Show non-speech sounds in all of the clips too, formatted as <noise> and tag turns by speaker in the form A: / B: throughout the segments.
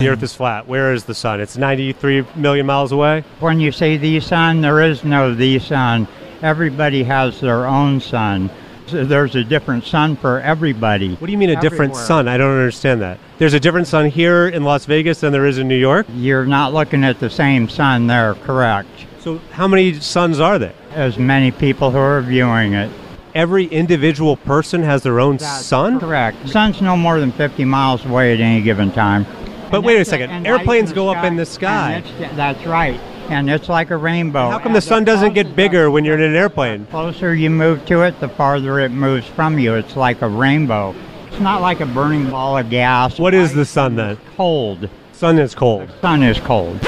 A: The Earth is flat. Where is the sun? It's 93 million miles away.
B: When you say the sun, there is no the sun. Everybody has their own sun. So there's a different sun for everybody.
A: What do you mean a different
B: Everywhere.
A: sun? I don't understand that. There's a different sun here in Las Vegas than there is in New York.
B: You're not looking at the same sun there, correct?
A: So how many suns are there?
B: As many people who are viewing it.
A: Every individual person has their own sun.
B: Correct. Sun's no more than 50 miles away at any given time.
A: But
B: And
A: wait a
B: that's
A: second,
B: and
A: airplanes
B: lights
A: go up in the sky.
B: and it's- that's right. And it's like a rainbow.
A: How come the sun doesn't get bigger when you're in an airplane?
B: The closer you move to it, the farther it moves from you. It's like a rainbow. It's not like a burning ball of gas.
A: What is the sun then?
B: Cold.
A: Sun is cold.
B: Sun is cold.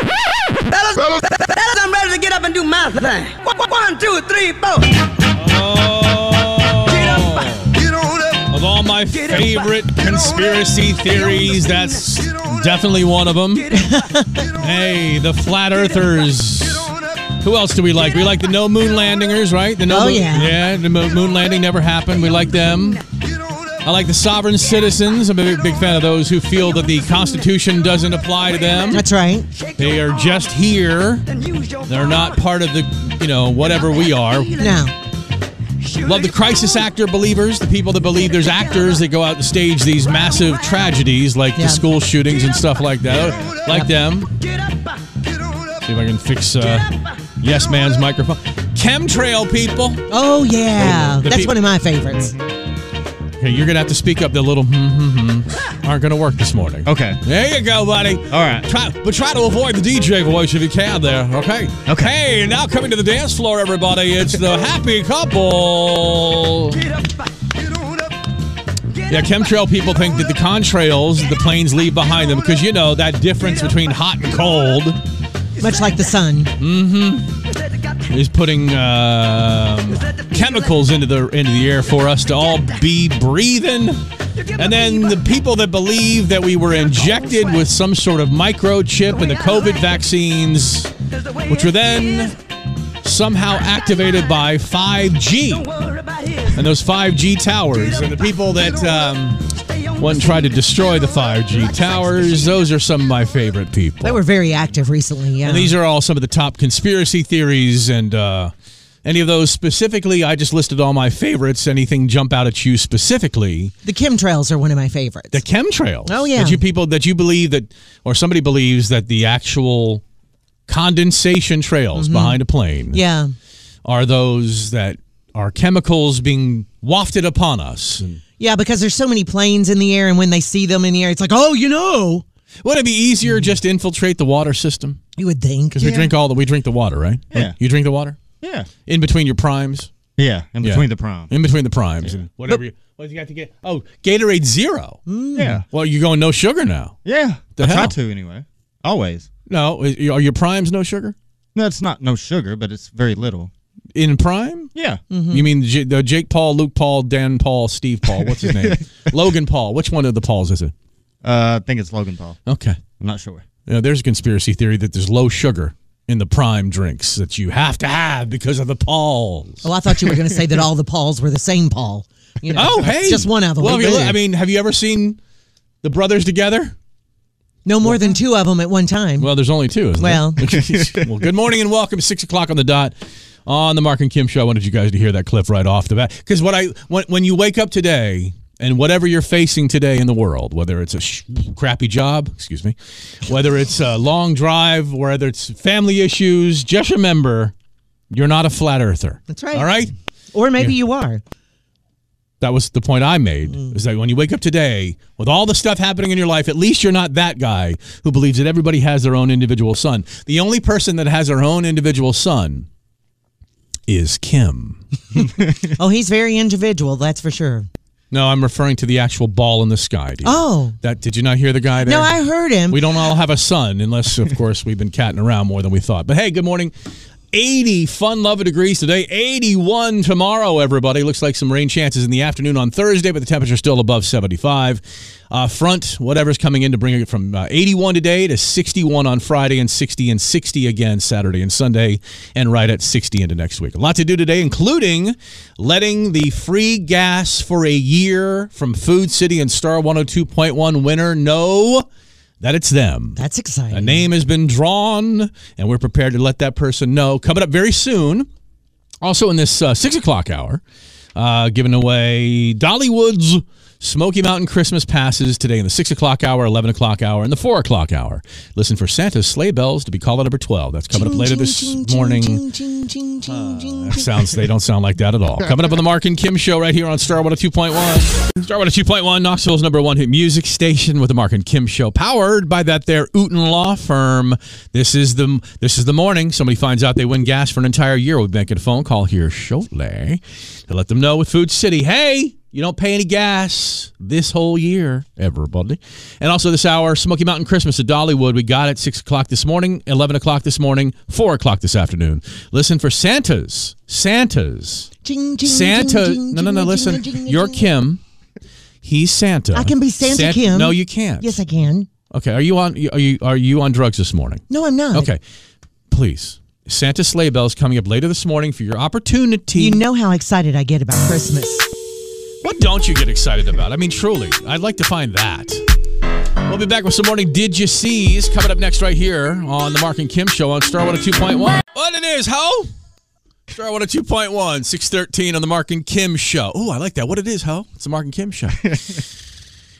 C: Fellas, fellas, I'm ready to get up and do my thing. One, one, two, three, four. Get
D: Oh.
C: up, get on up.
D: Of all my favorite conspiracy theories, that's definitely one of them. Hey, the flat earthers. Who else do we like? We like the no moon landingers, right? The no
E: Oh,
D: moon,
E: yeah.
D: yeah. The mo- moon landing never happened. We like them. I like the sovereign citizens. I'm a big, big fan of those who feel that the Constitution doesn't apply to them.
E: That's right.
D: They are just here. They're not part of the, you know, whatever we are.
E: No.
D: Love the crisis actor believers, the people that believe there's actors that go out and stage these massive tragedies like
E: Yeah.
D: the school shootings and stuff like that. Like them.
C: Get up, get on up.
D: See if I can fix uh, Yes Man's microphone. Chemtrail people.
E: Oh yeah,
D: The
E: that's
D: peop-
E: one of my favorites.
D: Okay, you're gonna have to speak up. The little hmm hmm hmm aren't gonna work this morning.
F: Okay.
D: There you go, buddy.
F: All right.
D: Try, but try to avoid the DJ voice if you can there, okay?
F: Okay.
D: Hey, now coming to the dance floor, everybody, it's the <laughs> happy couple.
C: Get up, get on up. Get
D: Yeah,
C: up,
D: chemtrail people think that the contrails the planes leave behind them because you know that difference between hot and cold
E: Much like the sun.
C: said they got-
D: is putting um, chemicals into the into the air for us to all be breathing. And then the people that believe that we were injected with some sort of microchip in the COVID vaccines, which were then somehow activated by 5G
C: Worry about his.
D: and those 5G towers, and the people that. Um,
C: Stay on
D: One tried to destroy the 5G towers. Those are some of my favorite people.
E: They were very active recently. Yeah.
D: And these are all some of the top conspiracy theories and uh, any of those specifically. I just listed all my favorites. Anything jump out at you specifically?
E: the chemtrails are one of my favorites.
D: The chemtrails.
E: Oh, yeah.
D: That you people that you believe that, or somebody believes that the actual condensation trails behind a plane
E: Mm-hmm. yeah.
D: are those that are chemicals being wafted upon us. And
E: Yeah, because there's so many planes in the air, and when they see them in the air, it's like, oh, you know, Mm-hmm.
D: would it be easier just to infiltrate the water system?
E: you would think.
D: Because we drink all the we drink the water, right? Like,
F: Yeah.
D: You drink the water
F: Yeah.
D: in between your primes.
F: Yeah. In
D: Yeah.
F: between the prom.
D: In between the primes and whatever you what you got to get. Oh, Gatorade Zero.
E: Hmm?
F: Yeah.
D: Well, you're going no sugar now.
F: Yeah.
D: Mm. The
F: I
D: hell?
F: try to anyway. Always.
D: No, is- are your primes no sugar?
F: No, it's not no sugar, but it's very little.
D: In prime?
F: Yeah.
E: Mm-hmm.
D: You mean J- the Jake Paul, Luke Paul, Dan Paul, Steve Paul? What's his
E: <laughs>
D: name? Logan Paul. Which one of the Pauls is it?
F: Uh, I think it's Logan Paul.
D: Okay.
F: I'm not sure.
D: You know, there's a conspiracy theory that there's low sugar in the prime drinks that you have to have because of the Pauls.
E: Oh, I thought you were going to say that all the Pauls were the same Paul. You know,
D: Oh,
E: it's
D: hey,
E: just one of them.
D: Well, if you look-
E: Boo.
D: I mean, have you ever seen the brothers together?
E: no more than two of them at one time.
D: Well, there's only two, isn't
E: Well.
D: there? <laughs> well, good morning and welcome. Six o'clock on the dot on the Mark and Kim show. I wanted you guys to hear that clip right off the bat because what I when, when you wake up today and whatever you're facing today in the world, whether it's a sh- crappy job, excuse me, whether it's a long drive, whether it's family issues, just remember you're not a flat earther.
E: That's right.
D: All right.
E: or maybe you are.
D: That was the point I made.
E: Mm.
D: Is that when you wake up today with all the stuff happening in your life, at least you're not that guy who believes that everybody has their own individual son. The only person that has their own individual son is Kim.
E: Oh, he's very individual. That's for sure.
D: No, I'm referring to the actual ball in the sky. dear.
E: Oh.
D: that did you not hear the guy there?
E: No, I heard him.
D: We don't all have a son, unless, of course, we've been catting around more than we thought. But hey, good morning. 80 fun love degrees today, 81 tomorrow, everybody. Looks like some rain chances in the afternoon on Thursday, but the temperature still above 75. Uh, front, whatever's coming in to bring it from uh, 81 today to 61 on Friday and 60 and 60 again Saturday and Sunday, and right at 60 into next week. A lot to do today, including letting the free oh gas for a year from Food City and Star 102.1 winner know that it's them.
E: That's exciting.
D: A name has been drawn, and we're prepared to let that person know. Coming up very soon, also in this uh, six o'clock hour, uh, giving away Dollywood's Smoky Mountain Christmas passes today in the six o'clock hour, 11 o'clock hour, and the four o'clock hour. Listen for Santa's sleigh bells to be called at number 12. That's coming up later this morning. That sounds, they don't sound like that at all. Coming up on the Mark and Kim show right here on Star 102.1. Star 102.1, Knoxville's number one hit music station with the Mark and Kim show, powered by that there Uten Law Firm. This is the this is the morning. Somebody finds out they win gas for an entire year. We'll be making a phone call here shortly to let them know with Food City, hey, you don't pay any gas this whole year, everybody. And also this hour, Smoky Mountain Christmas at Dollywood. We got it 6 o'clock this morning, 11 o'clock this morning, 4 o'clock this afternoon. Listen for Santa's, Santa's, Santa. No, no, no, listen. You're Kim. He's Santa.
E: I can be Santa
D: San-
E: Kim.
D: No, you can't.
E: Yes, I can.
D: Okay, are you on are you are you on drugs this morning?
E: No, I'm not.
D: Okay. Please. Santa sleigh bells coming up later this morning for your opportunity.
E: You know how excited I get about Christmas.
D: What don't you get excited about? I mean, truly, I'd like to find that. We'll be back with some morning Did You Sees coming up next right here on the Mark and Kim Show on Star 102.1. What it is, ho? Star 102.1, 613 on the Mark and Kim Show. Oh, I like that. What it is, ho? It's the Mark and Kim Show.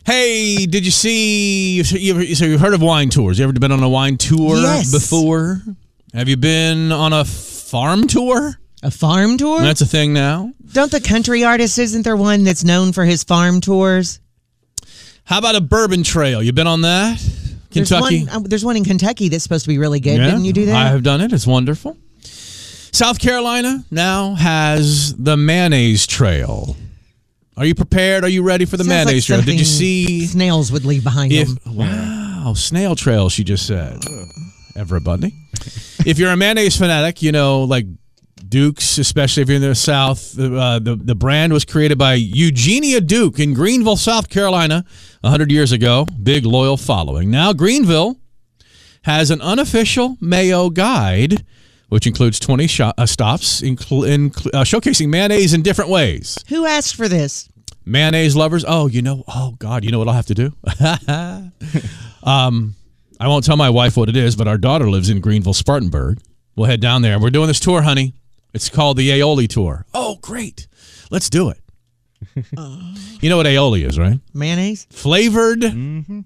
D: hey, did you see? So you've so you've heard of wine tours. You ever been on a wine tour
E: Yes.
D: before? Have you been on a farm tour?
E: A farm tour?
D: That's a thing now.
E: Don't the country artist, isn't there one that's known for his farm tours?
D: How about a bourbon trail? You been on that?
E: There's
D: Kentucky.
E: one, uh, there's one in Kentucky that's supposed to be really good.
D: Yeah,
E: Didn't you do that?
D: I have done it. It's wonderful. South Carolina now has the mayonnaise trail. Are you prepared? Are you ready for the
E: Sounds like
D: mayonnaise trail? Did you
E: something
D: see
E: snails would leave behind
D: if
E: them?
D: wow, snail trail she just said. Everybody. <laughs> if you're a mayonnaise fanatic, you know, like Duke's, especially if you're in the South, uh, the, the brand was created by Eugenia Duke in Greenville, South Carolina, 100 years ago. Big loyal following. Now, Greenville has an unofficial mayo guide, which includes 20 sho- uh, stops, inclu- in, uh, showcasing mayonnaise in different ways.
E: Who asked for this?
D: Mayonnaise lovers, oh, you know, oh, God, you know what I'll have to do? <laughs> um, I won't tell my wife what it is, but our daughter lives in Greenville, Spartanburg. We'll head down there. and We're doing this tour, honey. It's called the Aioli Tour. Oh, great. Let's do it. <laughs> you know what aioli is, right?
E: Mayonnaise?
D: flavored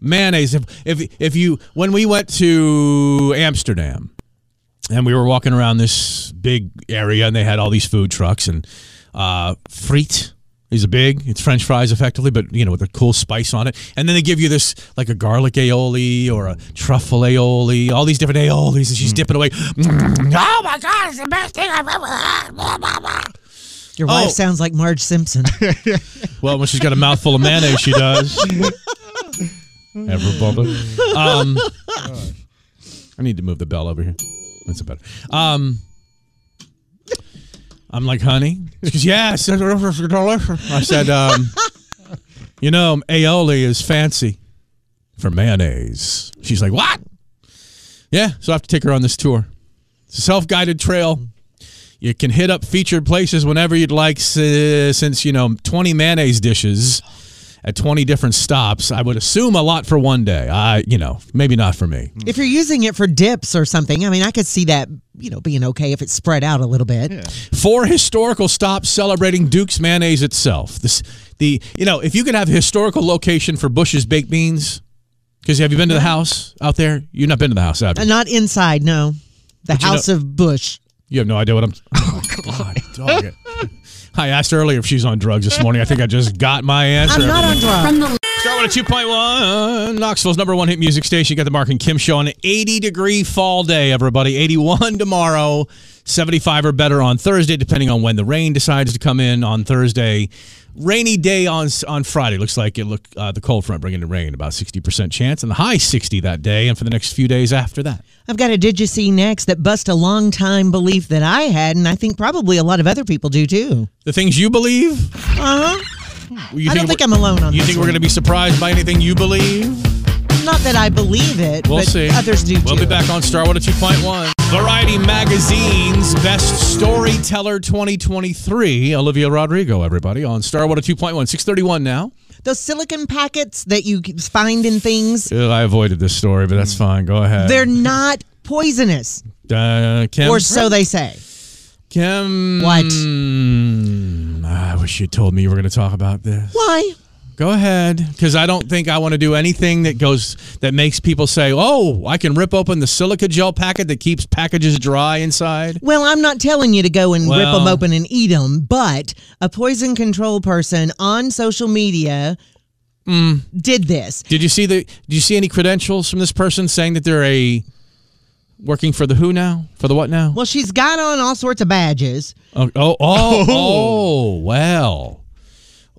D: mayonnaise. If, if if you when we went to Amsterdam and we were walking around this big area and they had all these food trucks and uh frites is a big it's french fries effectively but you know with a cool spice on it and then they give you this like a garlic aioli or a truffle aioli all these different aiolis and she's dipping away <laughs> oh my god it's the best thing i've ever had Blah, blah, blah.
E: Your
D: Oh.
E: wife sounds like
D: <laughs>
E: Marge Simpson.
D: Well, when she's got a mouthful of mayonnaise, she does. <laughs> Ever bubble. Um, I need to move the bell over here. That's better. Um, I'm like, honey. She goes, yes. it's delicious." I said, um, you know, aioli is fancy for mayonnaise. She's like, what? Yeah, so I have to take her on this tour. It's a self-guided trail. You can hit up featured places whenever you'd like. si- Since you know, twenty mayonnaise dishes at twenty different stops, I would assume a lot for one day. I, you know, maybe not for me.
E: if you're using it for dips or something, I mean, I could see that, you know, being okay if it's spread out a little bit.
D: Four historical stops celebrating Duke's mayonnaise itself. This, the, you know, if you could have a historical location for Bush's baked beans, because have you been to the house out there? You've not been to the house, have you?
E: Uh, not inside, no. The
D: you know-
E: House of Bush.
D: You have no idea what I'm. Oh my <laughs> God, dog it. <laughs> I asked earlier if she's on drugs this morning. I think I just got my answer.
E: I'm not on drugs.
D: Start with a 2.1. Knoxville's number one hit music station. You got the Mark and Kim show on an 80 degree fall day, everybody. 81 tomorrow, 75 or better on Thursday, depending on when the rain decides to come in on Thursday. Rainy day on on Friday. Looks like it look uh, the cold front bringing the rain, about 60% chance, and the high 60 that day, and for the next few days after that.
E: I've got a did you see next that bust a long time belief that I had, and I think probably a lot of other people do too.
D: The things you believe?
E: Uh huh.
D: You
E: I don't
D: we're-
E: think I'm alone on
D: You
E: this
D: think we're going to be surprised by anything you believe?
E: Not that I believe it,
D: We'll
E: but
D: see.
E: others do
D: We'll
E: too.
D: be back on oh Starwood at 2.1. Variety Magazine's Best oh Storyteller 2023. Olivia Rodrigo, everybody, on Starwood at 2.1. 631 now.
E: those silicon packets that you c- find in things.
D: Uh, I avoided this story, but that's fine. Go ahead.
E: They're not poisonous,
D: uh, Kim.
E: or so they say.
D: Kim.
E: What?
D: Mm, I wish you told me you were going to talk about this.
E: Why?
D: Go ahead, because I don't think I want to do anything that goes that makes people say, "Oh, I can rip open the silica gel packet that keeps packages dry inside."
E: Well, I'm not telling you to go and rip 'em rip
D: Well-
E: them open and eat them, but a poison control person on social media
D: Hmm.
E: did this.
D: Did you see the? Did you see any credentials from this person saying that they're a working for the who now? For the what now?
E: Well, she's got on all sorts of badges.
D: Oh, oh, oh, oh, well.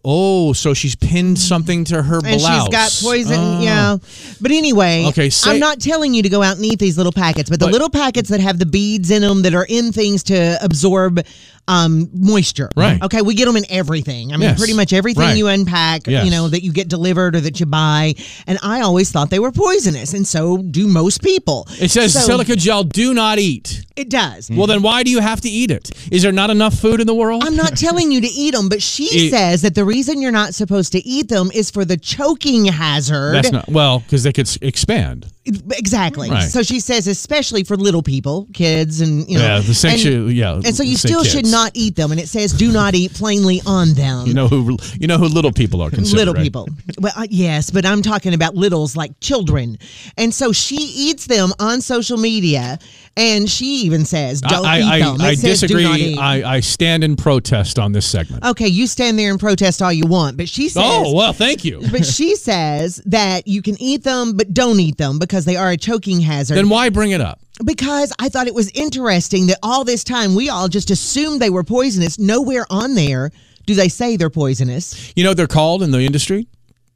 D: Oh, so she's pinned something to her
E: and
D: blouse.
E: she's got poison.
D: Oh.
E: You know, but anyway,
D: Okay, say-
E: I'm not telling you to go out and eat these little packets, but the
D: But-
E: little packets that have the beads in them that are in things to absorb um, moisture.
D: Right.
E: Okay, we get them in everything. I mean,
D: Yes.
E: pretty much everything
D: Right.
E: you unpack,
D: Yes.
E: you know, that you get delivered or that you buy. And I always thought they were poisonous, and so do most people.
D: It says
E: So,
D: silica gel, do not eat.
E: It does.
D: Well, then why do you have to eat it? Is there not enough food in the world?
E: I'm not telling you to eat them, but she
D: It-
E: says that the reason you're not supposed to eat them is for the choking hazard.
D: That's not, well, because they could s- expand.
E: Exactly.
D: Right.
E: So she says, especially for little people, kids, and you know,
D: Yeah, the sexu-
E: and,
D: yeah,
E: and so you
D: say
E: still should
D: kids.
E: not eat them. And it says, do not eat plainly on them.
D: You know who you know who little people are considered.
E: Little
D: right?
E: people. Well, uh, yes, but I'm talking about littles like children. And so she eats them on social media, and she even says, don't
D: I,
E: eat
D: I,
E: them. It
D: I, I
E: says,
D: disagree.
E: Do not eat.
D: I, I stand in protest on this segment.
E: okay, you stand there and protest all you want, but she says,
D: oh, well, thank you.
E: but she says that you can eat them, but don't eat them because they are a choking hazard.
D: then why bring it up?
E: because I thought it was interesting that all this time we all just assumed they were poisonous. Nowhere on there do they say they're poisonous.
D: You know what they're called in the industry?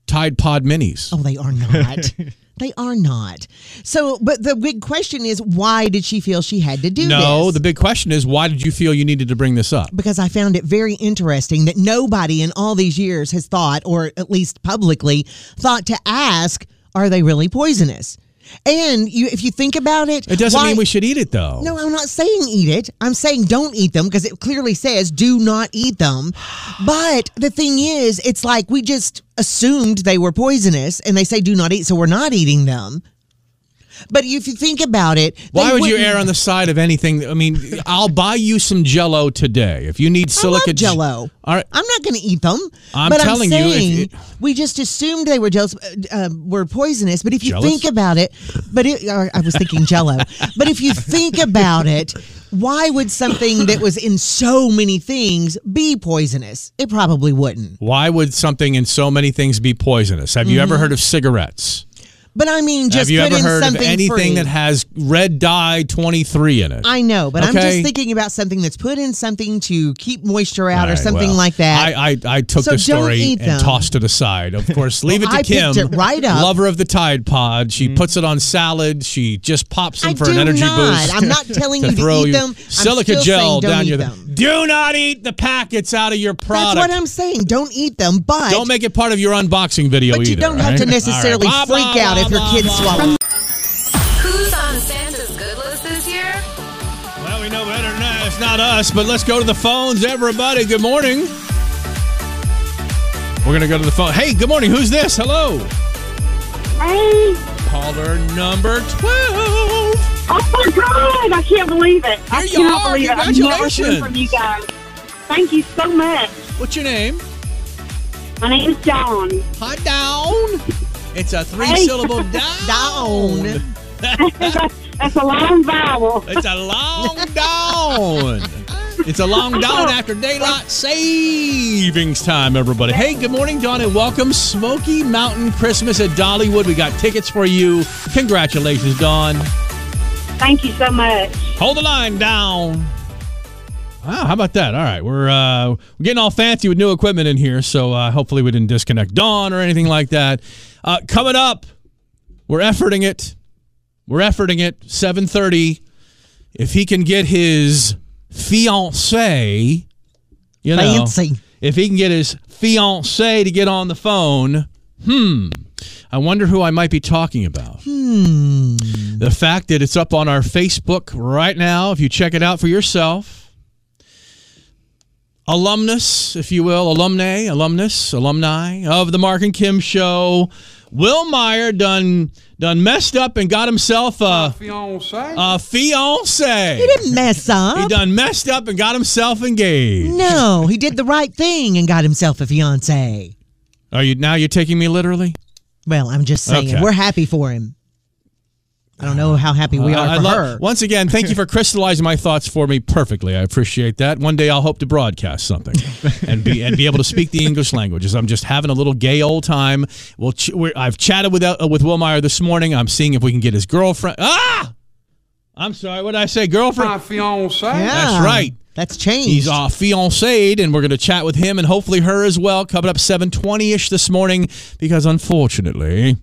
D: Tide Pod Minis.
E: Oh, they
D: <laughs>
E: are not. they are not. So, but the big question is why did she feel she had to do
D: no,
E: this?
D: the big question is why did you feel you needed to bring this up?
E: because I found it very interesting that nobody in all these years has thought, or at least publicly, thought to ask, are they really poisonous? And you, if you think about it,
D: It doesn't
E: why-
D: mean we should eat it though.
E: No, I'm not saying eat it. I'm saying don't eat them because it clearly says do not eat them. But the thing is, it's like we just assumed they were poisonous and they say do not eat, so we're not eating them. But if you think about it, they
D: Why would you
E: wouldn't-
D: err on the side of anything? I mean, I'll buy you some Jello today if you need
E: I love
D: silica j-
E: Jello.
D: All right,
E: I'm not going to eat them.
D: I'm
E: but
D: telling you,
E: I'm
D: if
E: saying
D: it-
E: we just assumed they were jealous, uh, were poisonous. But if you
D: Jealous?
E: think about it, but it, or I was
D: <laughs>
E: thinking Jello. But if you think about it, why would something that was in so many things be poisonous? It probably wouldn't.
D: why would something in so many things be poisonous? Have you ever heard of cigarettes?
E: But I mean, Mm-hmm. just
D: Have you
E: put
D: ever
E: in
D: heard of
E: something
D: anything
E: free.
D: that has red dye 23 in it?
E: I know, but I'm
D: Okay.
E: just thinking about something that's put in something to keep moisture out
D: All
E: or
D: right,
E: something
D: well,
E: like that.
D: I, I, I took the
E: So don't
D: story
E: eat
D: and
E: them.
D: tossed it aside. Of
E: <laughs>
D: course, leave it to
E: I
D: Kim,
E: picked it right up.
D: lover of the Tide Pod. She puts it on salad. She just pops them
E: I
D: for
E: do
D: an energy
E: not.
D: boost.
E: I'm not
D: <laughs>
E: telling
D: to
E: you
D: throw
E: to
D: you-
E: eat them. I'm
D: silica
E: still
D: gel
E: saying don't
D: down
E: eat
D: your.
E: them.
D: Do not eat the packets out of your product.
E: That's what I'm saying. Don't eat them, but
D: Don't make it part of your unboxing video
E: but
D: either.
E: you don't have
D: right?
E: to necessarily
D: All right. Blah,
E: freak
D: blah,
E: out
D: blah,
E: if your
D: blah,
E: kids
D: blah.
E: swallow.
G: Who's on Santa's good list this year?
D: Well, we know better than that. It's not us, but let's go to the phones, everybody. Good morning. We're gonna go to the phone. Hey, good morning. Who's this? Hello.
H: Hey!
D: Caller number twelve.
H: Oh my God! I can't believe it. I
D: There you
H: cannot
D: are.
H: believe it. I've never
D: Congratulations.
H: heard from you guys. Thank you so much.
D: What's your name?
H: My name is Dawn.
D: Hi, down. It's a three-syllable down.
E: Down.
H: That's a long vowel.
D: <laughs> It's a long down. It's a long down after daylight savings time, everybody. Hey, good morning, Dawn, and welcome Smoky Mountain Christmas at Dollywood. We got tickets for you. Congratulations, Dawn.
H: Thank you so much.
D: Hold the line down. Wow, how about that? All right, we're uh, we're getting all fancy with new equipment in here, so uh, hopefully we didn't disconnect Dawn or anything like that. Uh, coming up, we're efforting it. We're efforting it. Seven thirty. If he can get his fiance, you know,
E: Fancy.
D: if he can get his fiance to get on the phone, hmm. I wonder who I might be talking about. The fact that it's up on our Facebook right now, if you check it out for yourself, alumnus, if you will, alumni, alumnus, alumni of the Mark and Kim show. Will Meyer done done messed up and got himself a a fiance.
E: He didn't mess up.
D: He done messed up and got himself engaged.
E: No, he did the right thing and got himself a fiance.
D: Are you now? You're taking me literally.
E: Well, I'm just saying,
D: Okay.
E: we're happy for him. I don't know how happy we are
D: Uh, I
E: for
D: love-
E: her.
D: Once again, thank
E: <laughs>
D: you for crystallizing my thoughts for me perfectly. I appreciate that. One day I'll hope to broadcast
E: <laughs>
D: something and be and be able to speak the English language. As I'm just having a little gay old time. Well, ch- we're, I've chatted with uh, with Will Meyer this morning. I'm seeing if we can get his girlfriend. Ah, I'm sorry. What did I say? Girlfriend.
E: Yeah,
D: That's right.
E: That's changed.
D: He's uh, fiancéed, and we're going to chat with him and hopefully her as well. Coming up 7:20ish this morning, because unfortunately,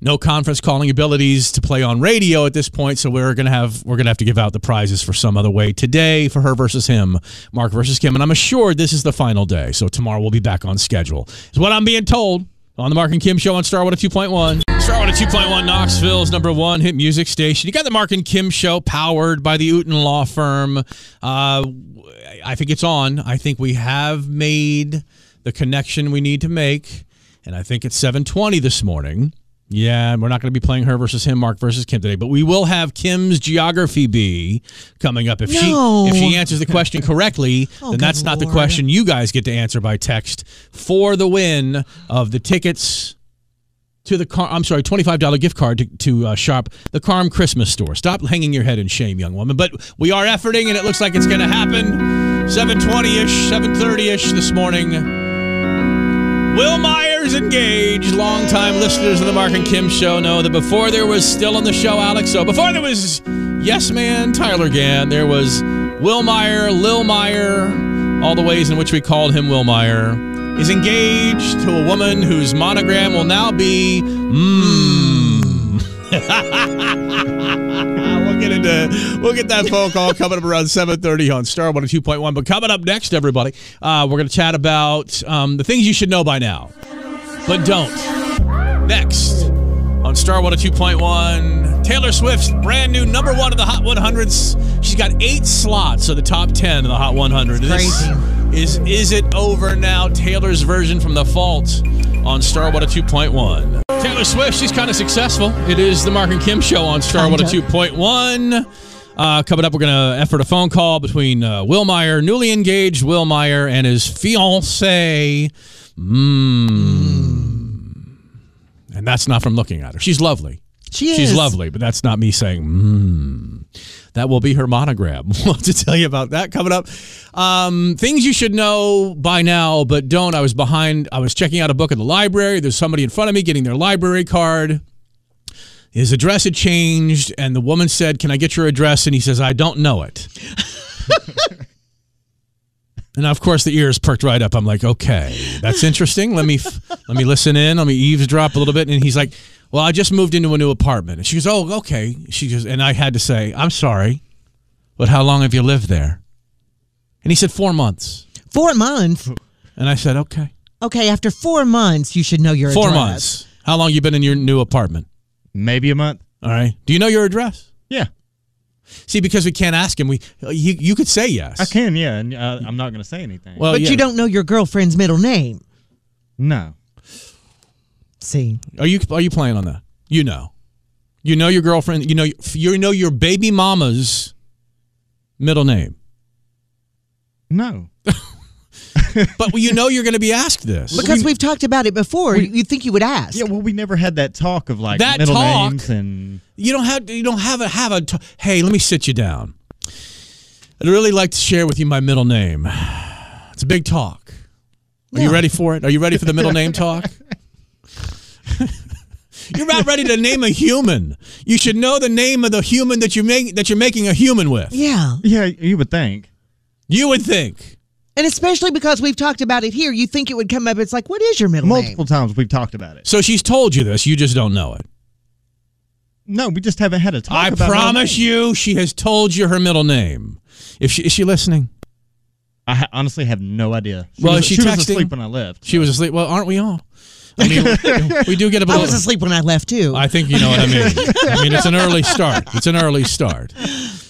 D: no conference calling abilities to play on radio at this point. So we're going to have we're going to have to give out the prizes for some other way today for her versus him, Mark versus Kim, and I'm assured this is the final day. So tomorrow we'll be back on schedule. Is what I'm being told. On the Mark and Kim show on Star 102.1. Star 102.1 Knoxville's number one hit music station. You got the Mark and Kim show powered by the Uten Law Firm. Uh, I think it's on. I think we have made the connection we need to make, and I think it's 7:20 this morning. Yeah, and we're not going to be playing her versus him, Mark versus Kim today, but we will have Kim's geography bee coming up. If
E: No. Oh,
D: she if she answers the question
E: <laughs>
D: correctly, then
E: good
D: that's not the
E: Lord.
D: question you guys get to answer by text for the win of the tickets to the car. I'm sorry, twenty five dollar gift card to, to uh, shop the Carm Christmas store. Stop hanging your head in shame, young woman. But we are efforting, and it looks like it's going to happen. Seven twenty ish, seven thirty ish this morning. Will Myers engaged. Longtime listeners of the Mark and Kim show know that before there was still on the show Alex. So before there was Yes Man Tyler Gann, there was Will Meyer, Lil Meyer, all the ways in which we called him Will Meyer. Is engaged to a woman whose monogram will now be mmm. we'll get into we'll get that phone call coming up around 7.30 on star 102.1 but coming up next everybody uh, we're going to chat about um, the things you should know by now but don't next on star 102.1 taylor swift's brand new number one of the hot 100s she's got eight slots of the top 10 of the hot 100 This
E: crazy.
D: is is it over now taylor's version from the fault on star 102.1 taylor swift she's kind of successful it is the mark and kim show on star
E: Kinda.
D: 102.1 uh, coming up, we're going to effort a phone call between uh, Will Meyer, newly engaged Will Meyer, and his fiancee. And that's not from looking at her. She's lovely.
E: she is.
D: She's lovely, but that's not me saying, mmm. That will be her monogram. <laughs> We'll have to tell you about that coming up. Um, things you should know by now, but don't. I was behind, I was checking out a book at the library. There's somebody in front of me getting their library card. His address had changed, and the woman said, Can I get your address? And he says, I don't know it. And of course, the ears perked right up. I'm like, okay, that's interesting. Let me f- let me listen in. Let me eavesdrop a little bit. And he's like, well, I just moved into a new apartment. And she goes, oh, okay. She goes, and I had to say, I'm sorry, but how long have you lived there? And he said, four months.
E: Four months.
D: And I said, okay,
E: Okay, after four months, you should know your
D: four
E: address.
D: months. How long you been in your new apartment?
F: Maybe a month.
D: All right. Do you know your address?
F: Yeah,
D: See, because we can't ask him. We you, you could say yes.
F: I can. Yeah, and uh, I'm not gonna say anything.
D: Well, Oh,
E: But
D: yeah.
E: you don't know your girlfriend's middle name.
F: no.
E: See,
D: Are you are you playing on that? You know, you know your girlfriend. You know you know your baby mama's middle name,
F: No.
D: but you know you're going to be asked this.
E: <laughs> because we've talked about it before, you'd think you would ask.
F: Yeah, well, we never had that talk of like
D: That
F: middle
D: talk-
F: names and
D: you don't have you don't have a have a. T- hey, let me sit you down. I'd really like to share with you my middle name. It's a big talk. Are you
E: Yeah.
D: ready for it? Are you ready for the middle
E: <laughs>
D: name talk? you're not ready to name a human. You should know the name of the human that you make that you're making a human with.
E: yeah.
F: yeah, you would think.
D: You would think.
E: And especially because we've talked about it here, you think it would come up. It's like, what is your middle
F: Multiple times we've talked about it.
D: So she's told you this. You just don't know it.
F: No, we just haven't had a talk.
D: I
F: about middle
D: promise
F: names.
D: you, she has told you her middle name. If she is she listening?
F: I ha- honestly have no idea. She
D: Well,
F: was,
D: is she
F: she was
D: texting?
F: asleep when I left.
D: She was asleep. Well, aren't we all? I mean, we do get a
E: name? I
D: little.
E: was asleep when I left too.
D: I think you know what I mean. I mean, it's an early start. It's an early start.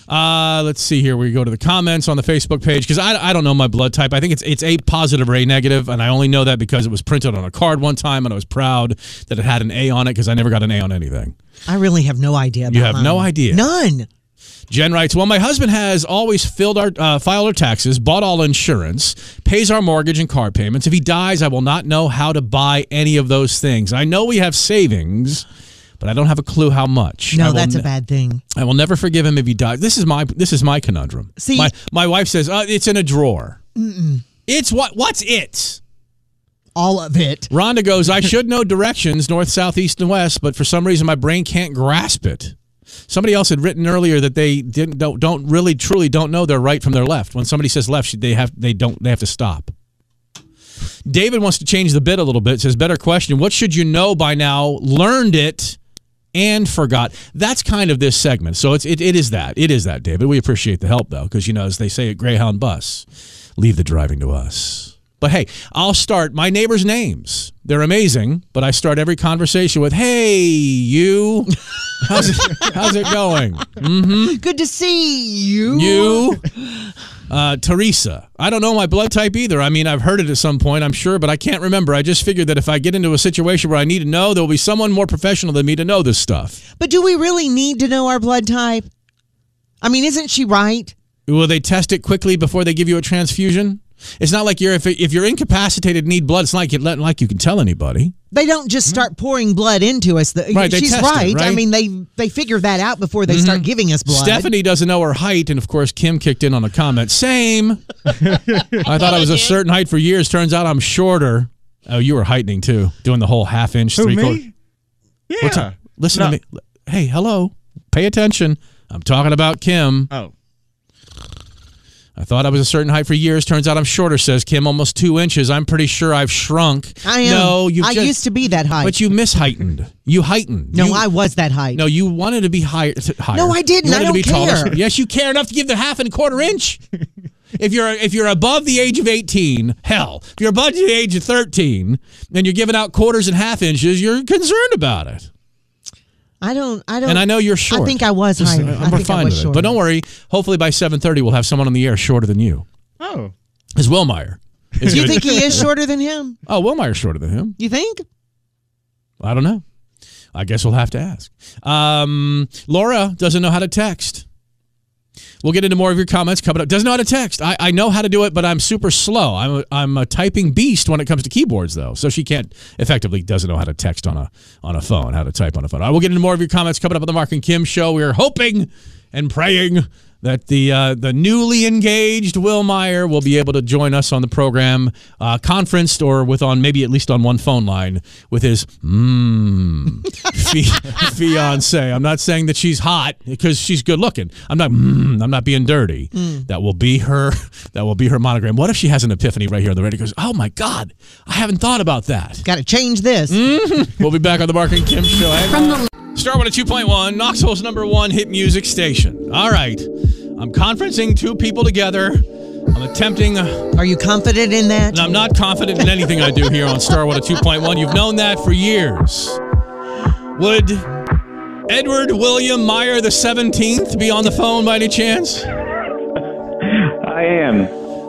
D: Uh, let's see here. We go to the comments on the Facebook page because I, I don't know my blood type. I think it's it's A positive or A negative, and I only know that because it was printed on a card one time, and I was proud that it had an A on it because I never got an A on anything.
E: I really have no idea. About
D: You have
E: mine.
D: no idea.
E: None.
D: Jen writes, "Well, my husband has always filled our uh, filed our taxes, bought all insurance, pays our mortgage and car payments. If he dies, I will not know how to buy any of those things. I know we have savings, but I don't have a clue how much. I
E: No,
D: will
E: that's a
D: ne-
E: bad thing.
D: I will never forgive him if he dies. This is my this is my conundrum.
E: See-
D: my, my wife says uh, it's in a drawer. It's what? What's it?
E: All of it.
D: Rhonda goes. I should know directions north, south, east, and west, but for some reason my brain can't grasp it. Somebody else had written earlier that they didn't don't, don't really truly don't know their right from their left. When somebody says left, they have they don't they have to stop. David wants to change the bit a little bit. Says better question. What should you know by now? Learned it and forgot. That's kind of this segment. So it's it, it is that. It is that, David. We appreciate the help though, because you know, as they say at Greyhound Bus, leave the driving to us. But hey, I'll start my neighbors' names. They're amazing, but I start every conversation with, "Hey, you, <laughs> how's it, how's it going?
E: Good to see you.
D: You, uh, Teresa. I don't know my blood type either. I mean, I've heard it at some point, I'm sure, but I can't remember. I just figured that if I get into a situation where I need to know, there will be someone more professional than me to know this stuff.
E: But do we really need to know our blood type? I mean, isn't she right?
D: Will they test it quickly before they give you a transfusion? It's not like you're if, if you're incapacitated and need blood. It's not like you let like you can tell anybody.
E: They don't just start pouring blood into us. The-
D: Mm-hmm. Right, they
E: She's
D: test it,
E: right.
D: right?
E: I
D: Mm-hmm.
E: mean, they they figure that out before they start giving us blood.
D: Stephanie doesn't know her height, and of course Kim kicked in on a comment.
F: <laughs>
D: Same. I thought I was a certain height for years. Turns out I'm shorter. Oh, you were heightening too, doing the whole half inch,
F: Who,
D: three quarter.
F: me? Yeah.
D: Listen
F: No.
D: to me. Hey, hello. Pay attention. I'm talking about Kim.
F: Oh.
D: I thought I was a certain height for years. Turns out I'm shorter. Says Kim, almost two inches. I'm pretty sure I've shrunk.
E: I am.
D: No, you've
E: I
D: just-
E: used to be that height.
D: But you misheightened. You heightened.
E: no,
D: You-
E: I was that height.
D: No, you wanted to be higher. th- higher.
E: No, I didn't.
D: You wanted
E: I
D: to be
E: don't
D: taller.
E: care.
D: Yes, you care enough to give the half and quarter
E: <laughs>
D: inch. if you're if you're above the age of eighteen, hell, if you're above the age of thirteen, and you're giving out quarters and half inches, you're concerned about it.
E: I don't. I don't.
D: And I know you're short.
E: I think I was
D: Just-
E: higher.
D: I'm
E: I think I
D: fine
E: was
D: with
E: shorter.
D: it. But don't worry. Hopefully by seven thirty, we'll have someone on the air shorter than you.
F: Oh.
D: Is Wilmeyer? Is
E: Do you
D: gonna-
E: think he is shorter than him?
D: Oh, Wilmeyer's shorter than him.
E: You think?
D: I don't know. I guess we'll have to ask. Um, Laura doesn't know how to text. We'll get into more of your comments coming up. Doesn't know how to text. I, I know how to do it, but I'm super slow. I'm a, I'm a typing beast when it comes to keyboards, though. So she can't effectively doesn't know how to text on a on a phone, how to type on a phone. I will get into more of your comments coming up on the Mark and Kim show. We are hoping and praying that the uh, the newly engaged Will Meyer will be able to join us on the program, uh, conferenced or with on maybe at least on one phone line with his mmm fi- fiance. I'm not saying that she's hot because she's good looking. I'm not. Mm, I'm not being dirty. That will be her. <laughs> That will be her monogram. What if she has an epiphany right here on the radio? Goes, oh my god, I haven't thought about that.
E: Got to change this.
D: Mm. We'll be back on the Mark and Kim show. From the Star One at two point one, Knoxville's number one hit music station. All right, I'm conferencing two people together. I'm attempting.
E: Are you confident in that?
D: And I'm not confident in anything I do here on Starwater 2.1. You've known that for years. Would Edward William Meyer the 17th be on the phone by any chance?
I: I am.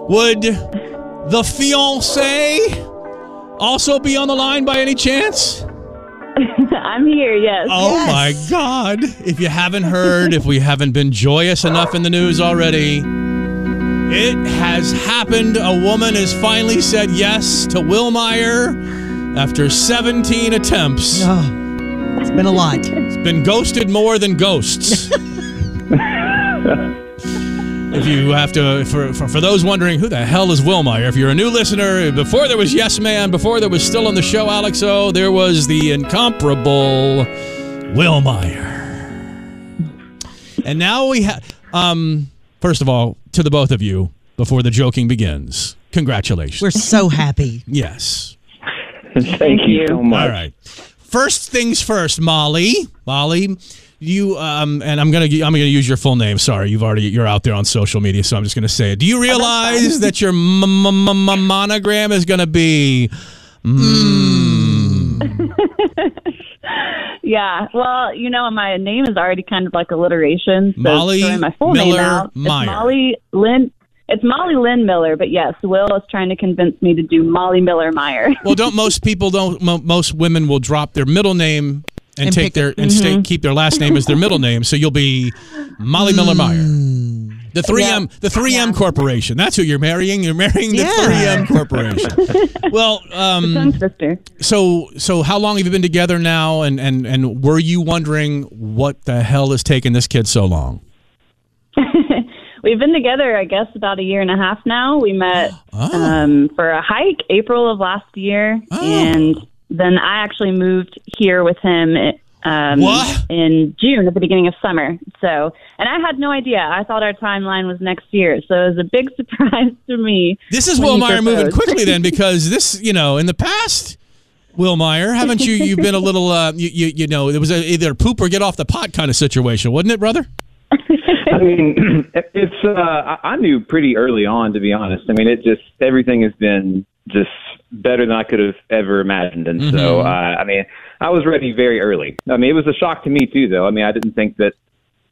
D: Would the fiance also be on the line by any chance?
J: <laughs> I'm here, yes.
D: Oh
E: Yes.
D: my God. If you haven't heard, if we haven't been joyous enough in the news already, it has happened. A woman has finally said yes to Will Meyer after 17 attempts.
E: Oh, it's been a lot.
D: Been ghosted more than ghosts. if you have to, for, for, for those wondering, who the hell is Will Meyer? If you're a new listener, before there was Yes Man, before there was still on the show Alex O, there was the incomparable Will Meyer. And now we have, um, first of all, to the both of you, before the joking begins, congratulations.
E: We're so happy.
D: yes.
I: Thank, you. so much.
D: All right. First things first, Molly. Molly, you um, and I'm gonna I'm gonna use your full name. Sorry, you've already you're out there on social media, so I'm just gonna say it. Do you realize that your m- m- m- monogram is gonna be? Mm. Oh.
J: yeah. Well, you know, my name is already kind of like alliteration. So
D: Molly
J: throwing my full name
D: Miller
J: out.
D: Meyer.
J: It's Molly Lynn. It's Molly Lynn Miller, but yes, Will is trying to convince me to do Molly Miller Meyer.
D: well, don't most people don't mo- most women will drop their middle name and,
J: And
D: take
J: pick
D: their
J: it.
D: and stay,
J: Mhm.
D: keep their last name as their middle name. So you'll be Molly Miller Meyer.
J: Mm.
D: The 3M, the 3M Corporation. That's who you're marrying. You're marrying the
J: Yeah. <laughs>
D: 3M Corporation. well, um, so so how long have you been together now? And and and were you wondering what the hell is taking this kid so long?
J: We've been together, I guess, about a year and a half now.
D: <gasps>
J: We met
D: Ah.
J: um, for a hike April of last year,
D: Oh.
J: and then I actually moved here with him um,
D: What?
J: in June at the beginning of summer. So, and I had no idea. I thought our timeline was next year, so it was a big <laughs> surprise to me.
D: This is
J: when
D: Will
J: he
D: Meyer moving
J: proposed.
D: quickly then, because this, you know, in the past, Will Meyer, haven't you? You've been a little, uh, you, you you know, it was a, either poop or get off the pot kind of situation, wasn't it, brother?
I: I mean, <clears throat> it's. Uh, I I knew pretty early on, to be honest. I mean, it just everything has been just better than I could have ever imagined, and so
K: Mhm.
D: Mm-hmm.
I: uh, I mean, I was ready very early. I mean, it was a shock to me too, though. I mean, I didn't think that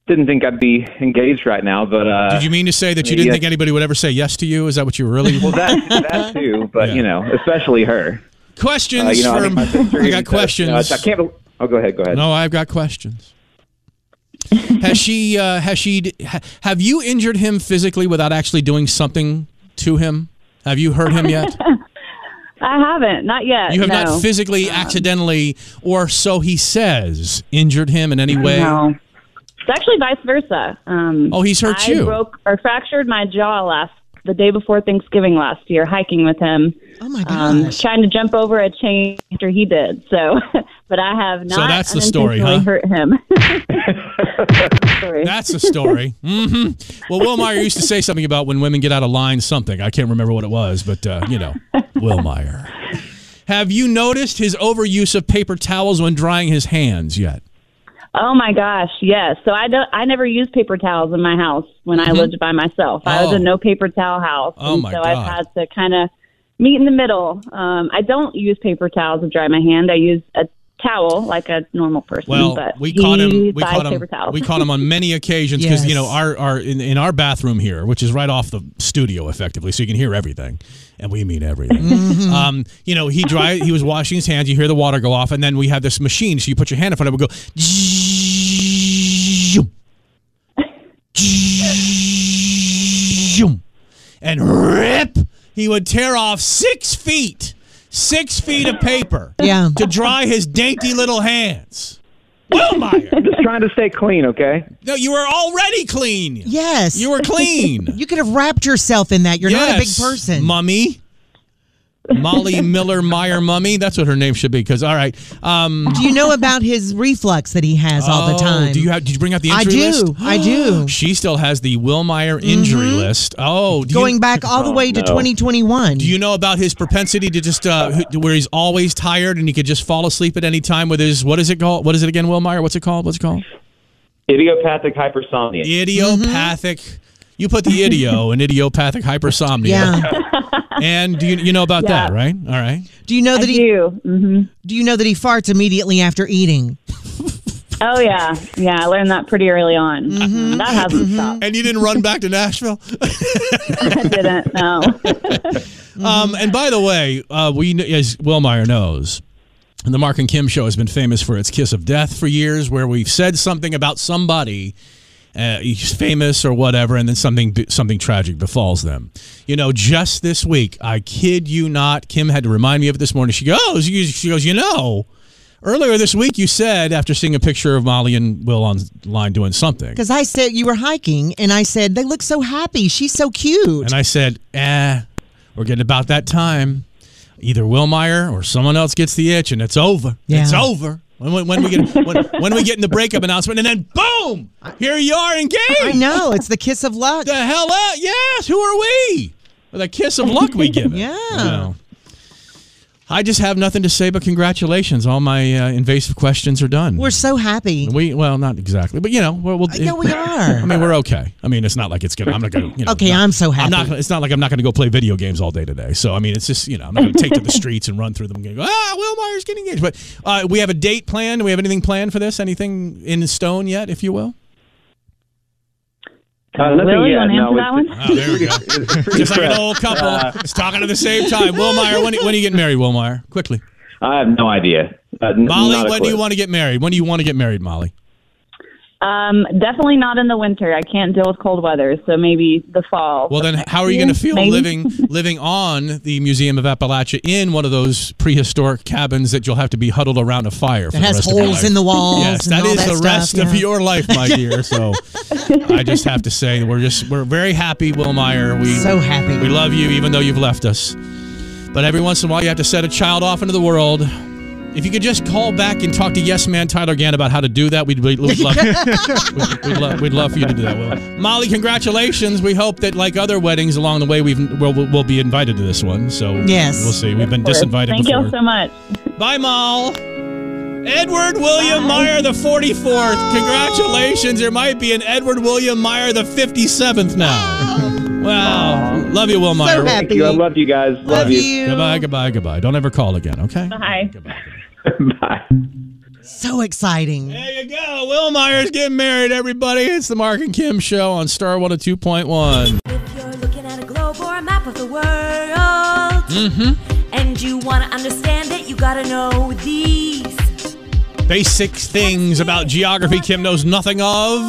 I: didn't think I'd be engaged right now, but uh,
D: Did you mean to say that you
I: yeah.
D: didn't think anybody would ever say yes to you? Is that what you really?
I: well, <laughs> that that too, but you know, especially her.
D: <laughs> Questions
I: Uh, you know, I
D: from-
I: think my sister
D: I got
I: even said,
D: questions.
I: you know, I can't. bel- Oh, go ahead. Go ahead.
D: No, I've got questions. has she? Uh, has she? Ha, have you injured him physically without actually doing something to him? Have you hurt him yet?
J: I haven't, not yet.
D: You have
J: Uh, no. Um,
D: not physically, accidentally, or so he says, injured him in any way.
J: No. It's actually vice versa. Um,
D: Oh, he's hurt
J: I
D: you.
J: broke or fractured my jaw last the day before Thanksgiving last year hiking with him.
E: Oh my
J: Um,
E: gosh.
J: trying to jump over a chain after he did. So, <laughs> but I have not.
D: So that's the story,
J: unintentionally
D: huh?
J: Hurt him.
D: <laughs> That's the story. hmm Well, Will Meyer used to say something about when women get out of line. Something I can't remember what it was, but uh, you know, Will
J: <laughs>
D: Meyer. Have you noticed his overuse of paper towels when drying his hands yet?
J: <laughs> Oh my gosh, yes. So I don't. I never used paper towels in my house when I
D: Mhm.
J: lived by myself. I was
D: Oh.
J: a no paper towel house.
D: Oh,
J: and
D: my
J: so
D: God.
J: I've had to kind of meet in the middle. Um, I don't use paper towels to dry my hand. I use a towel like a normal person.
D: Well,
J: but
D: we caught him.
J: he
D: We
J: buys
D: caught him.
J: Paper towels.
D: We caught him on many occasions because you
J: Yes.
D: know our our in, in our bathroom here, which is right off the studio, effectively, so you can hear everything, and we mean everything. Um, you know, he dry. He was washing his hands. You hear the water go off, and then we have this machine. So you put your hand in front of it, it would go. zoom, zoom, And rip, he would tear off six feet, six feet of paper
E: Yeah.
D: to dry his dainty little hands. Will Meyer,
I: Just trying to stay clean, okay?
D: no, you were already clean.
E: Yes.
D: You were clean.
E: you could have wrapped yourself in that. <laughs> You're not a big
D: Yes,
E: person.
D: mummy.
E: <laughs>
D: Molly Miller Meyer mummy. That's what her name should be. Because all right, um,
E: Do you know about his reflux that he has all the
D: oh,
E: time?
D: Do you have? Did you bring out the
E: I
D: injury
E: do,
D: list?
E: I
D: <gasps>
E: do.
D: she still has the Will Meyer injury list. Oh, do you-
E: Going back all the way to 2021.
D: Do you know about his propensity to just uh, who- where he's always tired and he could just fall asleep at any time with his what is it called? What is it again, Will Meyer? What's it called? What's it called?
I: Idiopathic hypersomnia.
D: Idiopathic. You put the idio in idiopathic hypersomnia.
E: Yeah.
D: And do you you know about that, right? All right.
E: Do you know that he
J: do. hmm
E: Do you know that he farts immediately after eating?
J: Oh yeah, yeah. I learned that pretty early on.
I: Mm-hmm.
J: That hasn't stopped.
D: And you didn't run back to Nashville.
I: <laughs>
J: I didn't. No.
I: Uh,
D: Um, and by the way, uh, we kn- as Wilmeyer knows, and the Mark and Kim show has been famous for its kiss of death for years, where we've said something about somebody. Uh, he's famous or whatever, and then something something tragic befalls them. You know, just this week, I kid you not, Kim had to remind me of it this morning. She goes, she goes, you know, earlier this week you said after seeing a picture of Molly and Will online doing something,
E: Because I said you were hiking, and I said they look so happy. She's so cute.
D: And I said, eh, we're getting about that time. Either Will Meyer or someone else gets the itch, and it's over.
E: Yeah.
D: It's over. When, when, when we get when, when we get in the breakup announcement, and then boom, here you are engaged.
E: I know it's the kiss of luck.
D: The hell out?
E: <laughs>
D: Yes. Who are we? With a kiss of luck, we give it.
E: Yeah.
D: You know. I just have nothing to say but congratulations. All my uh, invasive questions are done.
E: We're so happy.
D: We well, not exactly, but you know, we'll, we'll <laughs>
E: Yeah, we are.
D: I mean, we're okay. I mean, it's not like it's gonna. I'm not gonna. You know,
E: Okay,
D: not-
E: I'm so happy.
D: I'm not. gonna- It's not like I'm not gonna go play video games all day today. So I mean, it's just you know, I'm not gonna take <laughs> to the streets and run through them and go, ah, Will Myers getting engaged. But uh, we have a date planned. Do we have anything planned for this? Anything in stone yet, if you will?
I: Uh, nothing
J: Will, you
I: yet.
J: wanna
I: no,
J: answer
I: it's,
D: that one? Oh, there we go.
I: <laughs> It's, it's pretty
D: Just like an
I: fresh.
D: old couple,
I: Uh,
D: is talking at the same time. Will Meyer, when, when are you getting married? Will Meyer, quickly.
I: I have no idea. Uh, n-
D: Molly,
I: not a
D: when do
I: clue.
D: you want to get married? When do you want to get married, Molly?
J: Um, definitely not in the winter. I can't deal with cold weather, so maybe the fall.
D: Well, then, how are you
J: year,
D: going to feel
J: maybe?
D: living living on the Museum of Appalachia in one of those prehistoric cabins that you'll have to be huddled around a fire? For
E: That
D: the
E: has
D: rest of your
E: holes
D: life?
E: in the walls
D: Yes,
E: and
D: that
E: all
D: is
E: that
D: the
E: stuff,
D: rest of
E: yeah.
D: your life, my
E: <laughs>
D: dear. So, I just have to say we're just we're very happy, Will Meyer. We
E: So happy.
D: we love you, even though you've left us. But every once in a while, you have to set a child off into the world. If you could just call back and talk to Yes Man Tyler Gann about how to do that, we'd, we'd, we'd love
E: <laughs>
D: we'd, we'd love we'd love for you to do that. Will. Molly, congratulations! We hope that like other weddings along the way, we've we'll, we'll we'll be invited to this one. So
E: Yes.
D: we'll see. We've been
J: Of course.
D: disinvited
J: Thank
D: before.
J: you all so much.
D: Bye, Mall. Edward William Meyer the 44th. Congratulations. There might be an Edward William Meyer the 57th now. Wow. Love you, Will Meyer.
E: Oh, So happy.
I: Thank you. I love you guys. Love,
E: Love you.
D: Goodbye, goodbye, goodbye. Don't ever call again, okay?
J: Bye.
I: Bye.
E: So exciting.
D: There you go. Will Meyer's getting married, everybody. It's the Mark and Kim show on Star 102.1.
G: If you're looking at a globe or a map of the world,
D: Mm-hmm.
G: and you want to understand it, you gotta know these.
D: Basic things about geography Kim knows nothing of.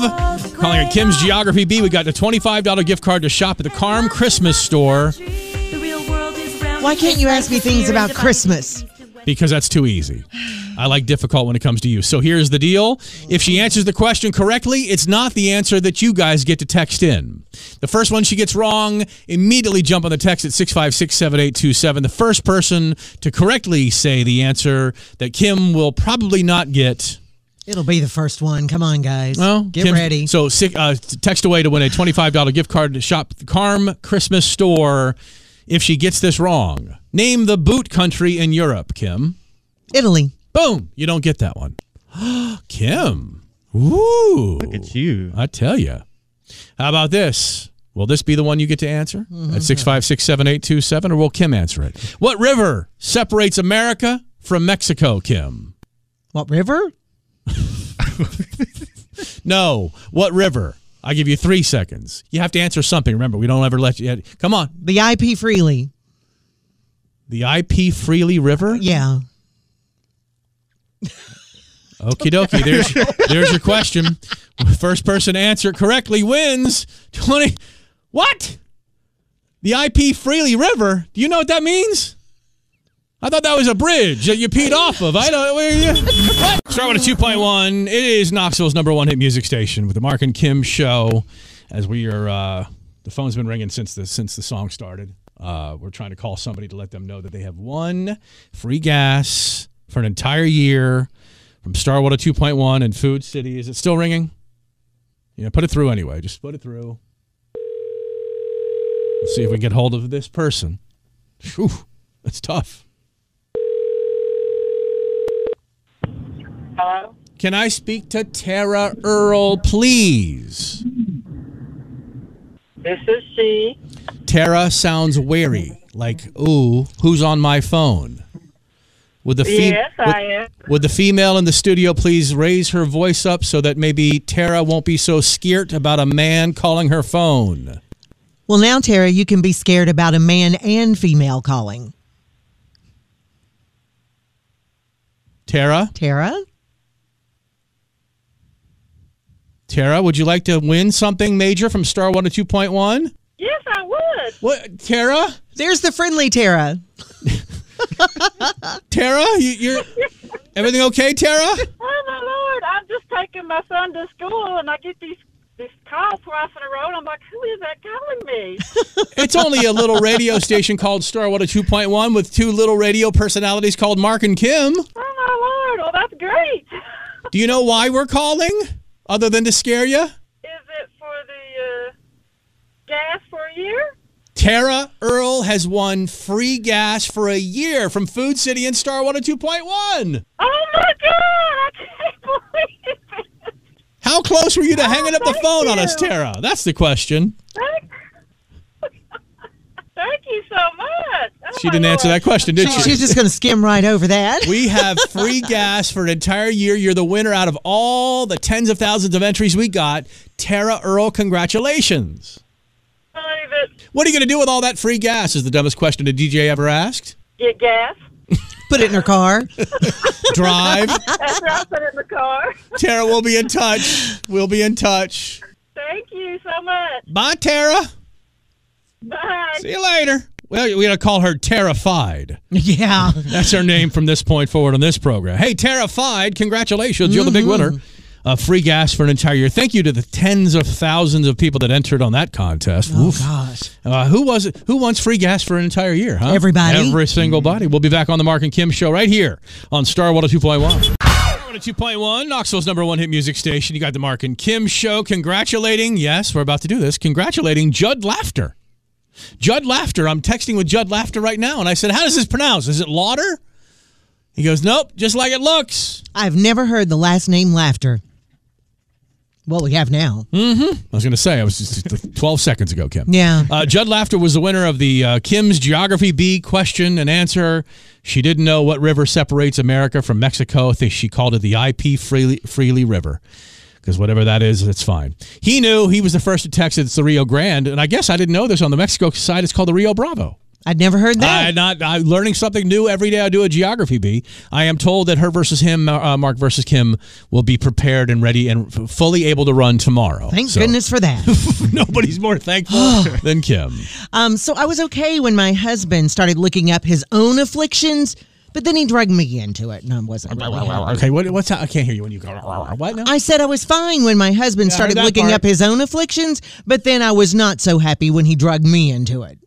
D: Calling it Kim's Geography B, we got a $25 gift card to shop at the Carm Christmas store.
G: The real world is round
E: Why can't you
G: and
E: ask me
G: life is
E: things
G: here
E: about
G: and
E: Christmas?
G: divided.
D: because that's too easy. I like difficult when it comes to you. So here's the deal. If she answers the question correctly, it's not the answer that you guys get to text in. The first one she gets wrong, immediately jump on the text at 6567827. The first person to correctly say the answer that Kim will probably not get.
E: It'll be the first one. Come on, guys.
D: Well,
E: Get
D: Kim's-
E: ready.
D: So si- uh, text away to win a $25 gift card to shop the Carm Christmas store if she gets this wrong. Name the boot country in Europe, Kim.
E: Italy.
D: Boom! You don't get that one. <gasps> Kim. Ooh. Look
F: It's you.
D: I tell you. How about this? Will this be the one you get to answer at 6567827 or will Kim answer it? What river separates America from Mexico, Kim?
E: What river?
D: No. What river? I give you 3 seconds. You have to answer something. Remember, we don't ever let you Come on.
E: The IP Freely.
D: The IP Freely River?
E: Yeah.
D: Okie dokie. There's there's your question. First person to answer it correctly wins twenty. What? The IP Freely River. Do you know what that means? I thought that was a bridge that you peed off of. I don't. Where you, what? Start with a two point one. It is Knoxville's number one hit music station with the Mark and Kim show. As we are, uh, the phone's been ringing since the since the song started. Uh, we're trying to call somebody to let them know that they have one free gas for an entire year from Starwater 2.1 and Food City. Is it still ringing? Yeah, put it through anyway. Just put it through. Let's see if we can get hold of this person. Whew, that's tough.
H: Hello?
D: Can I speak to Tara Earl, please?
H: This is she.
D: Tara sounds wary, like, ooh, who's on my phone? Would the, fe-
H: Yes,
D: would,
H: I am.
D: would the female in the studio please raise her voice up so that maybe Tara won't be so scared about a man calling her phone?
E: Well, now, Tara, you can be scared about a man and female calling.
D: Tara?
E: Tara?
D: Tara, would you like to win something major from Star oh 1 to 2.1?
H: Yes, I would.
D: What, Tara?
E: There's the friendly Tara.
D: Tara,
H: <laughs>
D: you, you're everything okay, Tara?
H: Oh my lord! I'm just taking my son to school, and I get these this call crossing the road. I'm like, who is that calling me?
D: It's only a little radio station called Star 1 to 2.1 with two little radio personalities called Mark and Kim.
H: oh my lord! Well, that's great.
D: Do you know why we're calling other than to scare you?
H: Is it for the uh, gas for a year?
D: Tara Earl has won free gas for a year from Food City and Star 102.1.
H: Oh my God! I can't believe it.
D: How close were you
H: Oh,
D: to hanging up the phone on us, Tara? That's the question.
H: Thank, thank you so much. Oh
D: She
H: my
D: didn't answer that question, did she?
E: She was just going to skim right over that.
H: <laughs>
D: We have free gas for an entire year. You're the winner out of all the tens of thousands of entries we got. Tara Earl, congratulations.
H: Believe it.
D: What are you going to do with all that free gas? Is the dumbest question a DJ ever asked.
H: Get gas.
E: Put it in her
D: <laughs>
E: car.
D: Drive.
H: <laughs> That's what I put in the car.
D: Tara, we'll be in touch. We'll be in touch.
H: Thank you so much.
D: Bye, Tara.
H: Bye.
D: See you later. Well, we got to call her Terrified.
E: Yeah.
D: That's her name from this point forward on this program. Hey, Terrified, congratulations. You're the big winner. Uh, free gas for an entire year. Thank you to the tens of thousands of people that entered on that contest.
E: Oh,
D: Oof.
E: gosh.
D: Uh, who was it? Who wants free gas for an entire year? Huh?
E: Everybody.
D: Every single body. We'll be back on the Mark and Kim show right here on Star 102.1. Star 102.1, Knoxville's number one hit music station. You got the Mark and Kim show. Congratulating, yes, we're about to do this. Congratulating Judd Laughter. Judd Laughter. I'm texting with Judd Laughter right now, and I said, "How does this pronounce? Is it Lauder?" He goes, "Nope, just like it looks."
E: I've never heard the last name laughter. Well, we have now.
D: I was going to say, I was just 12 seconds ago, Kim.
E: Yeah.
D: Uh, Judd Laughter was the winner of the uh, Kim's Geography B question and answer. She didn't know what river separates America from Mexico. I think she called it the IP Freely, Freely River. Because whatever that is, it's fine. He knew he was the first to text it's the Rio Grande. And I guess I didn't know this on the Mexico side. It's called the Rio Bravo.
E: I'd never heard
D: I
E: that.
D: not I'm learning something new every day. I do a geography bee. I am told that her versus him, uh, Mark versus Kim, will be prepared and ready and f- fully able to run tomorrow.
E: Thank
D: So,
E: goodness for that.
D: <laughs> Nobody's more
E: <sighs>
D: thankful than Kim.
E: um, so I was okay when my husband started looking up his own afflictions, but then he dragged me into it, and I wasn't. really happy.
D: Okay, what, what's that? I can't hear you when you go. What now?
E: I said I was fine when my husband
D: Yeah, I heard
E: started
D: that
E: looking
D: part.
E: up his own afflictions, but then I was not so happy when he dragged me into it.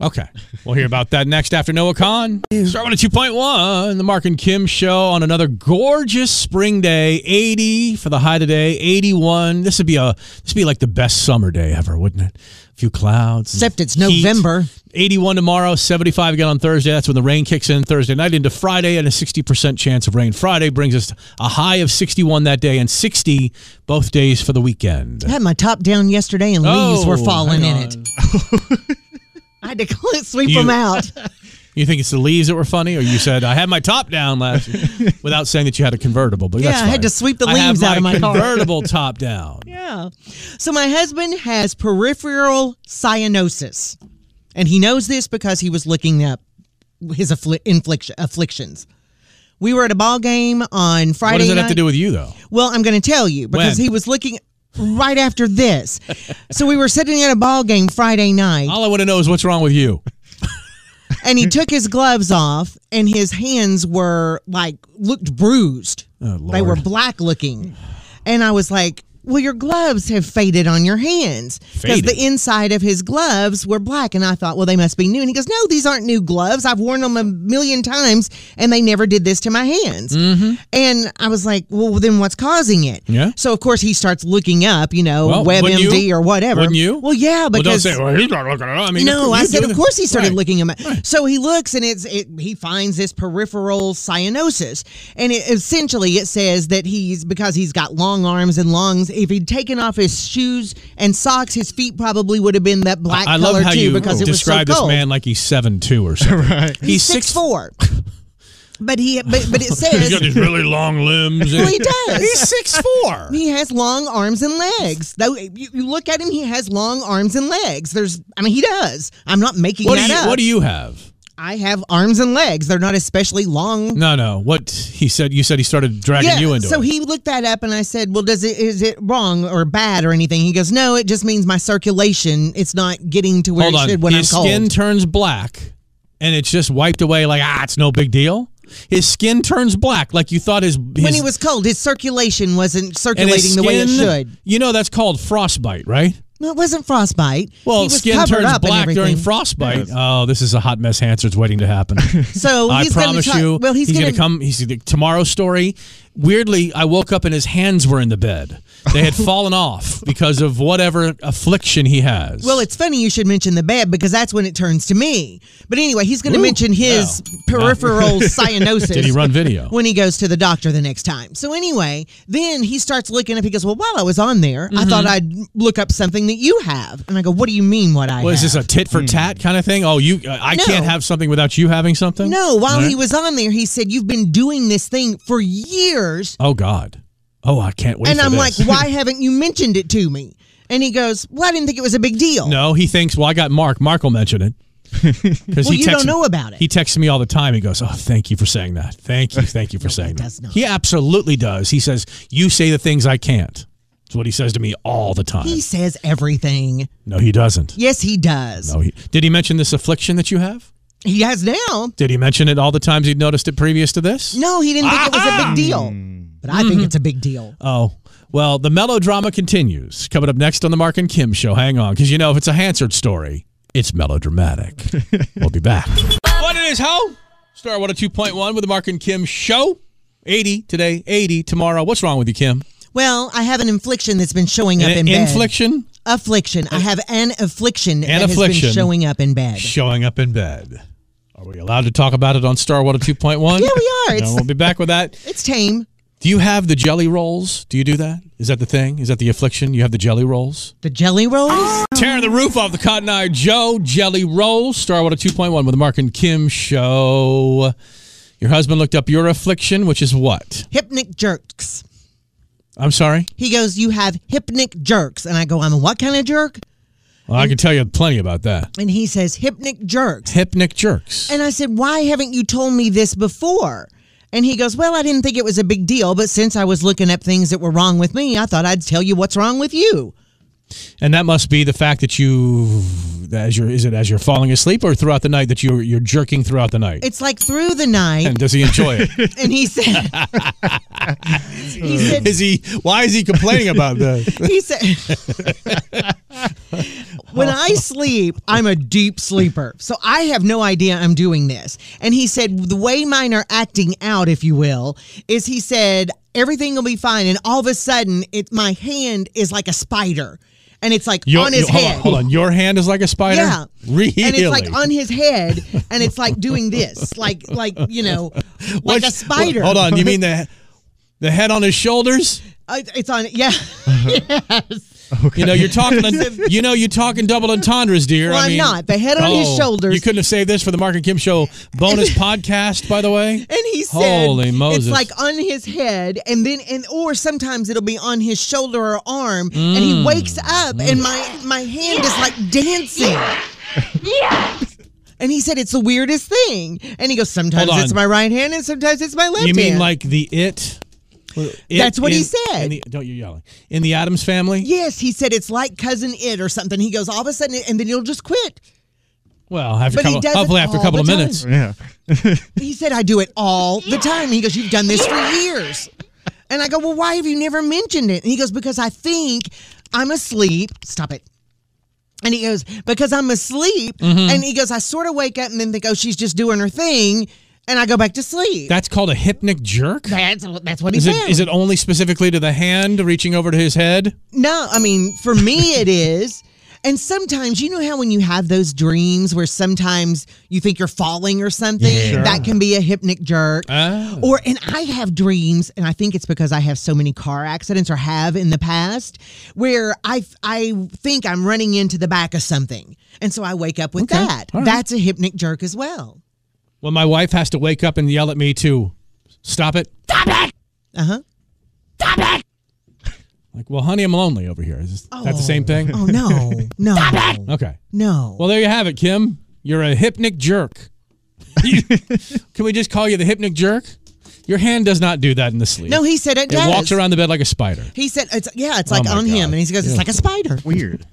D: Okay, we'll hear about that next after Noah Khan. Starting at 2.1, the Mark and Kim show on another gorgeous spring day. 80 for the high today, 81. This would be a this would be like the best summer day ever, wouldn't it? A few clouds. and
E: Except it's
D: heat.
E: November.
D: 81 tomorrow, 75 again on Thursday. That's when the rain kicks in Thursday night into Friday, and a 60% chance of rain. Friday brings us a high of 61 that day and 60 both days for the weekend.
E: I had my top down yesterday, and leaves were
D: Oh,
E: falling in
D: hang
E: it.
D: <laughs>
E: I had to <laughs> cl- sweep
D: You-
E: them out.
D: You think it's the leaves that were funny, or you said I had my top down last
E: <laughs>
D: year without saying that you had a convertible? But
E: Yeah,
D: that's
E: I had
D: fine.
E: to sweep the
D: I have
E: leaves out of my
D: <laughs>
E: car.
D: convertible top
E: <laughs>
D: down.
E: Yeah. So my husband has peripheral cyanosis, and he knows this because he was looking up his affli- infliction, afflictions. We were at a ball game on Friday.
D: What does it
E: night.
D: have to do with you, though?
E: Well, I'm going to tell you because
D: When?
E: he was looking right after this. so we were sitting at a ball game Friday night,
D: All I want to know is what's wrong with you.
E: and he took his gloves off, and his hands were like looked bruised. They were
D: Oh, Lord.
E: black looking, and I was like. Well, your gloves have faded on your hands because
D: Faded?
E: the inside of his gloves were black. And I thought, well, they must be new. And he goes, no, these aren't new gloves. I've worn them a million times and they never did this to my hands. And I was like, well, then what's causing it?
D: Mm-hmm. Yeah.
E: So, of course, he starts looking up, you know,
D: Well, wouldn't
E: WebMD
D: you?
E: or whatever.
D: Wouldn't you?
E: Well, yeah,
D: Well, don't
E: because.
D: say well, he's not looking at it. I mean,
E: no,
D: you
E: I
D: do
E: said, of
D: the-
E: course he started
D: Right.
E: looking him up. So he looks and it's it, he finds this peripheral cyanosis, and it, essentially it says that he's because he's got long arms and lungs. If he'd taken off his shoes and socks, his feet probably would have been that black
D: I
E: color
D: love how
E: too
D: you
E: because it was so
D: describe
E: cold.
D: this man like he's seven two
E: <laughs>
D: or something.
F: Right.
D: He's
E: six
D: four. <laughs>
E: four, but he but, but it
D: He's got
E: says
D: these really long limbs.
E: <laughs> well, <laughs> he does.
D: He's six four.
E: He has long arms and legs. Though you, you look at him, he has long arms and legs. There's, I mean, he does. I'm not making
D: What do
E: that
D: you
E: up.
D: What do you have?
E: I have arms and legs. They're not especially long.
D: No, no. What he said? You said he started dragging
E: Yeah.
D: you into
E: so
D: it.
E: he looked that up, and I said, "Well, does it is it wrong or bad or anything?" He goes, "No, it just means my circulation. It's not getting to where
D: Hold
E: it
D: on.
E: should when
D: his
E: I'm cold."
D: skin turns black, and it's just wiped away. Like ah, it's no big deal. His skin turns black, like you thought his, his
E: when he was cold, his circulation wasn't
D: and
E: circulating
D: his
E: the way it
D: skin-
E: should.
D: You know that's called frostbite, right?
E: Well, it wasn't frostbite.
D: Well,
E: he was
D: skin
E: covered
D: turns
E: up and
D: black during
E: everything.
D: frostbite. Oh, this is a hot
E: <laughs>
D: mess. Hansard's waiting to happen.
E: So
D: I
E: he's gonna
D: promise
E: try-
D: you.
E: Well, he's,
D: gonna,
E: gonna
D: come. He's tomorrow's story Weirdly, I woke up and his hands were in the bed. They
E: <laughs>
D: had fallen off because of whatever affliction he has.
E: Well, it's funny you should mention the bed because that's when it turns to me. But anyway, he's going to mention his peripheral
D: <laughs>
E: cyanosis.
D: Did he run video?
E: Oh. When he goes to the doctor the next time. So anyway, then he starts looking up. He goes, "Well, while I was on there, I thought I'd
D: Mm-hmm.
E: look up something that you have." And I go, "What do you mean? What I
D: Was
E: have?" Hmm.
D: this a tit for tat kind of thing? Oh, you, I
E: No.
D: can't have something without you having something.
E: No, while
D: Right.
E: he was on there, he said, "You've been doing this thing for years."
D: Oh God. Oh, I can't wait.
E: and
D: for
E: I'm
D: this. <laughs>
E: like, "Why haven't you mentioned it to me?" And he goes, "Well, I didn't think it was a big deal."
D: No, he thinks. Well, I got Mark. Mark will mention
E: <laughs>
D: it. Because
E: Well, you don't know about it.
D: He texts me all the time. He goes, "Oh, thank you for saying that. Thank you, thank
E: <laughs>
D: you for saying that." He absolutely does. He says, "You say the things I can't." That's what he says to me all the time.
E: He says everything.
D: no, he doesn't.
E: Yes, he does.
D: No, he, did he mention this affliction that you have?
E: He has now.
D: Did he mention it all the times he'd noticed it previous to this?
E: No, he didn't think it was a big deal. But I
D: Mm-hmm.
E: think it's a big deal.
D: Oh. Well, the melodrama continues. Coming up next on the Mark and Kim show. Hang on, because you know if it's a Hansard story, it's <laughs> melodramatic. we'll be back. What it is, ho? Star oh Water 2.1 with the Mark and Kim show. 80 today, 80 tomorrow. What's wrong with you, Kim?
E: Well, I have an infliction that's been showing up
D: An
E: in bed.
D: infliction?
E: Affliction. I have an affliction that
D: affliction.
E: has been showing up in bed.
D: Showing up in bed. Are we allowed to talk about it on Star oh Water 2.1?
E: Yeah, we are.
D: No,
E: It's-
D: we'll be back with that.
E: It's tame.
D: Do you have the jelly rolls? Do you do that? Is that the thing? Is that the affliction? You have the jelly rolls?
E: The jelly rolls?
D: Tearing the roof off the Cotton Eye Joe Jelly Rolls. Star Water 2.1 with the Mark and Kim show. Your husband looked up your affliction, which is what?
E: Hypnic jerks.
D: I'm sorry?
E: He goes, You have hypnic jerks. And I go, I'm a what kind of jerk?
D: Well, I can tell you plenty about that.
E: And he says, Hypnic jerks.
D: Hypnic jerks.
E: And I said, Why haven't you told me this before? And he goes, Well, I didn't think it was a big deal, but since I was looking up things that were wrong with me, I thought I'd tell you what's wrong with you.
D: And that must be the fact that you, as you're, is it as you're falling asleep or throughout the night that you're, you're jerking throughout the night?
E: It's like through the night.
D: And does he enjoy it?
E: <laughs> and he said, he said,
D: is he, why is he complaining about that?
E: <laughs> he said, when I sleep, I'm a deep sleeper. So I have no idea I'm doing this. And he said, the way mine are acting out, if you will, is he said, everything will be fine. And all of a sudden, it, my hand is like a spider. And it's like
D: Your-
E: on his
D: hold
E: head.
D: On, hold on. Your hand is like a spider?
E: Yeah.
D: Really?
E: And it's like on his head, and it's like doing this, like like you know, like
D: What's-
E: a spider.
D: Hold on, you mean the the head on his shoulders?
E: Uh, It's on. Yeah.
D: You know, you're talking.
E: <laughs>
D: you know, you're talking double entendres, dear.
E: Well,
D: I
E: I'm
D: mean, oh,
E: not. The head on his shoulders.
D: You couldn't have saved this for the Mark and Kim Show
E: <laughs>
D: bonus podcast, by the way.
E: And he said,
D: Holy Moses.
E: It's like on his head, and then and or sometimes it'll be on his shoulder or arm, and
D: Mm.
E: he wakes up, and my my hand is like dancing. Yeah. And he said it's the weirdest thing. And he goes, sometimes
D: Hold
E: it's
D: on.
E: my right hand, and sometimes it's my left.
D: You mean
E: hand."
D: like the it? It
E: That's what he
D: in-
E: said.
D: in the- don't you yelling in the Adams family?
E: Yes, he said it's like cousin it or something. He goes all of a sudden, and then you'll just quit.
D: Well, after a
E: But he
D: couple,
E: does it
D: hopefully after a
E: all
D: couple of
E: the time.
D: minutes.
F: Yeah.
E: He said, I do it all the time. He goes, You've done this for years. And I go, Well, why have you never mentioned it? And he goes, Because I think I'm asleep. Stop it. And he goes, Because I'm asleep. And he goes, I sort of wake up and then think, Oh, she's just doing her thing. And I go back to sleep.
D: That's called a hypnic jerk.
E: that's, that's what he
D: Is
E: said.
D: it is it only specifically to the hand reaching over to his head?
E: No, I mean, for me, <laughs> it is. And sometimes, you know how when you have those dreams where sometimes you think you're falling or something, that can be a hypnic jerk.
D: Ah.
E: Or, and I have dreams, and I think it's because I have so many car accidents or have in the past, where I, I think I'm running into the back of something. And so I wake up with that.
D: All right.
E: That's a hypnic jerk as well.
D: When my wife has to wake up and yell at me to stop it.
E: Uh huh.
D: <laughs> Like, well, honey, I'm lonely over here. Is that the same thing?
E: Oh, no. No.
D: <laughs> Okay.
E: No.
D: Well, there you have it, Kim. You're a hypnic jerk. <laughs> Can we just call you the hypnic jerk? Your hand does not do that in the sleep.
E: no, he said
D: it
E: it, does.
D: walks around the bed like a spider.
E: He said, "It's yeah, it's like
D: my
E: on
D: God.
E: him," and he goes, "It's like a spider."
F: Weird.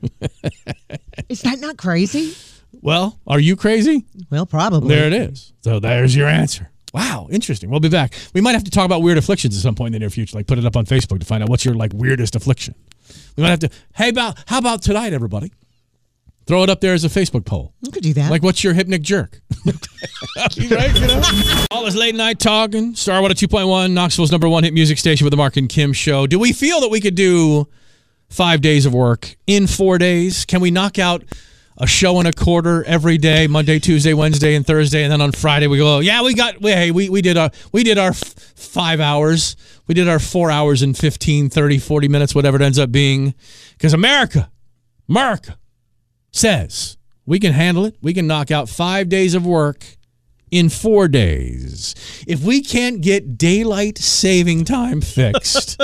E: <laughs> Is that not crazy?
D: Well, are you crazy?
E: Well, probably.
D: There it is. So there's your answer. Wow, interesting. We'll be back. We might have to talk about weird afflictions at some point in the near future. Like put it up on Facebook to find out what's your like weirdest affliction. We might have to. Hey, about how about tonight, everybody? Throw it up there as a Facebook poll.
E: You could do that.
D: Like, what's your hypnic jerk? <laughs> right, you know? All this late night talking. Starwater 2.1, Knoxville's number one hit music station with the Mark and Kim show. Do we feel that we could do five days of work in four days? Can we knock out a show and a quarter every day, Monday, Tuesday, Wednesday, and Thursday, and then on Friday we go, yeah, we got, we, hey, we, we did our, we did our f- five hours. We did our four hours and 15, 30, 40 minutes, whatever it ends up being. Because America, America says we can handle it. We can knock out five days of work in four days. If we can't get daylight saving time
E: <laughs>
D: fixed,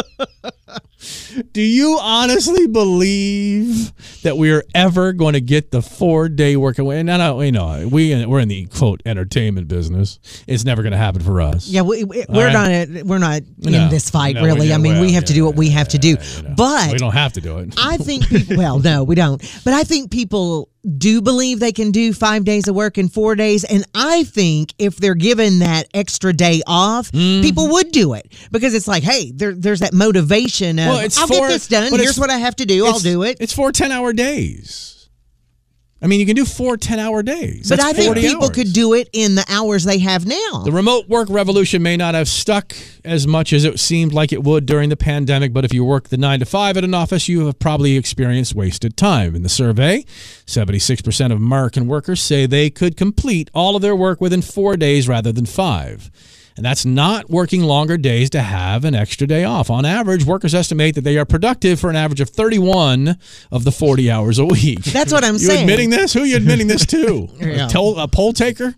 D: do you honestly believe that we are ever going to get the four day work away? No, no, you know, we, we're in the quote entertainment business. It's never going to happen for us.
E: Yeah, we, we,
D: All
E: we're
D: right.
E: not a, we're not
D: No.
E: in this fight
D: No, we
E: really. I
D: don't.
E: mean, we
D: Well,
E: have to do what we have to do. But
D: we don't have to do it.
E: I think people, <laughs> well, no, we don't. But I think people do believe they can do 5 days of work in 4 days and I think if they're given that extra day off,
D: Mm-hmm.
E: people would do it because it's like, hey, there, there's that motivation of
D: Well, it's
E: I'll
D: four-
E: get this done.
D: but it's-
E: Here's what I have to do. I'll
D: it's-
E: do it.
D: It's four 10 hour days. I mean, you can do four 10 hour days.
E: But
D: That's
E: I think
D: 40
E: people
D: hours.
E: could do it in the hours they have now.
D: The remote work revolution may not have stuck as much as it seemed like it would during the pandemic, but if you work the nine to five at an office, you have probably experienced wasted time. In the survey, 76% of American workers say they could complete all of their work within four days rather than five. And that's not working longer days to have an extra day off. On average, workers estimate that they are productive for an average of 31 of the 40 hours a week. <laughs>
E: That's what I'm
D: you
E: saying.
D: admitting this? Who are you admitting this
E: <laughs>
D: to?
E: Yeah.
D: A tell- a poll taker?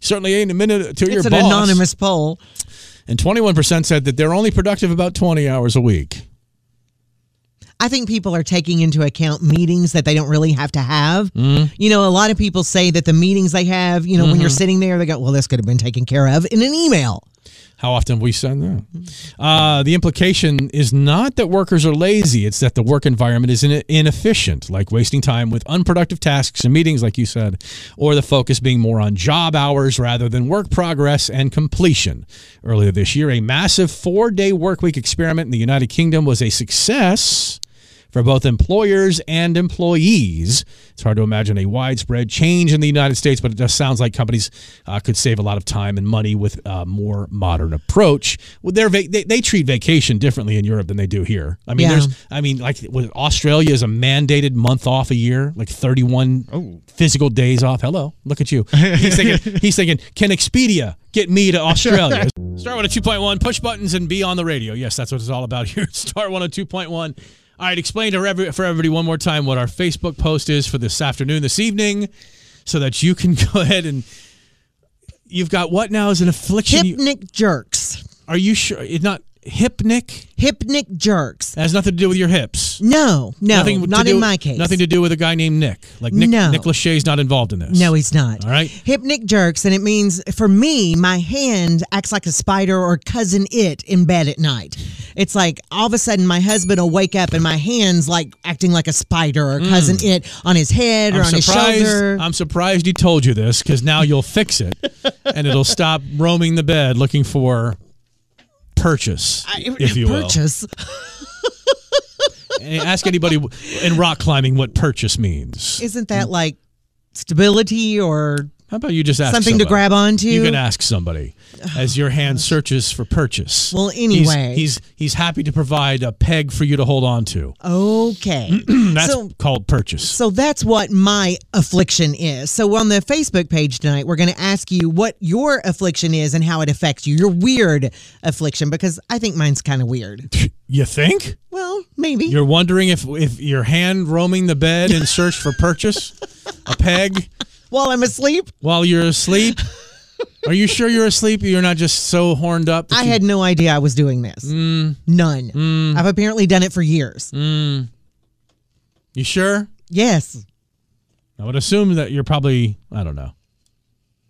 D: Certainly ain't admitted to your
E: it's an
D: boss.
E: anonymous poll.
D: And 21% said that they're only productive about 20 hours a week.
E: I think people are taking into account meetings that they don't really have to have.
D: Mm-hmm.
E: You know, a lot of people say that the meetings they have, you know, when you're sitting there, they go, well, this could have been taken care of in an email.
D: How often we send that?
E: Mm-hmm.
D: Uh, the implication is not that workers are lazy. It's that the work environment is ine- inefficient, like wasting time with unproductive tasks and meetings, like you said, or the focus being more on job hours rather than work progress and completion. Earlier this year, a massive four day work week experiment in the United Kingdom was a success. for both employers and employees. It's hard to imagine a widespread change in the United States, but it just sounds like companies uh, could save a lot of time and money with a more modern approach. Well, they're va- they, they treat vacation differently in Europe than they do here. I mean,
E: Yeah.
D: there's, I mean, like what, Australia is a mandated month off a year, like 31 physical days off. Hello, look at you. He's thinking, he's thinking, can Expedia get me to Australia? Star 102.1, push buttons and be on the radio. Yes, that's what it's all about <laughs> here at Star 102.1. All right, explain to every, for everybody one more time what our Facebook post is for this afternoon, this evening, so that you can <laughs> go ahead and. You've got what now is an affliction? You-
E: Hypnic jerks.
D: are you sure? It's not hypnic?
E: Hypnic jerks.
D: It has nothing to do with your hips.
E: No, no,
D: Nothing to
E: not
D: do-
E: in my case.
D: Nothing to do with a guy named Nick. Like Nick,
E: No.
D: Nick Lachey's not involved in this.
E: No, he's not.
D: All right.
E: Hypnic jerks, and it means for me, my hand acts like a spider or cousin it in bed at night. It's like all of a sudden my husband will wake up and my hand's like acting like a spider or cousin it on his head or
D: Mm. I'm
E: on his
D: surprised.
E: shoulder.
D: I'm surprised he told you this because now you'll fix
E: <laughs>
D: it, and it'll stop roaming the bed looking for purchase, <laughs>
E: <laughs>
D: if you
E: purchase.
D: will. And ask anybody in rock climbing what purchase means.
E: Isn't that like stability or
D: How about you just ask
E: Something to
D: somebody?
E: grab onto?
D: You can ask somebody as your hand searches for purchase.
E: Well,
D: He's-
E: anyway.
D: he's he's, happy to provide a peg for you to hold on to.
E: okay?
D: <clears throat> That's
E: So-
D: called purchase.
E: So that's what my affliction is. So on the Facebook page tonight, we're going to ask you what your affliction is and how it affects you. Your weird affliction, because I think mine's kind of
D: <laughs>
E: weird.
D: You think?
E: Well, maybe.
D: You're wondering if if your hand roaming the bed in search for purchase, a peg
E: While I'm asleep,
D: while you're asleep. Are you sure you're asleep? You're not just so horned up. that
E: I
D: you-
E: had no idea I was doing this.
D: Mm.
E: None. I've apparently done it for years.
D: You sure?
E: Yes.
D: I would assume that you're probably. I don't know.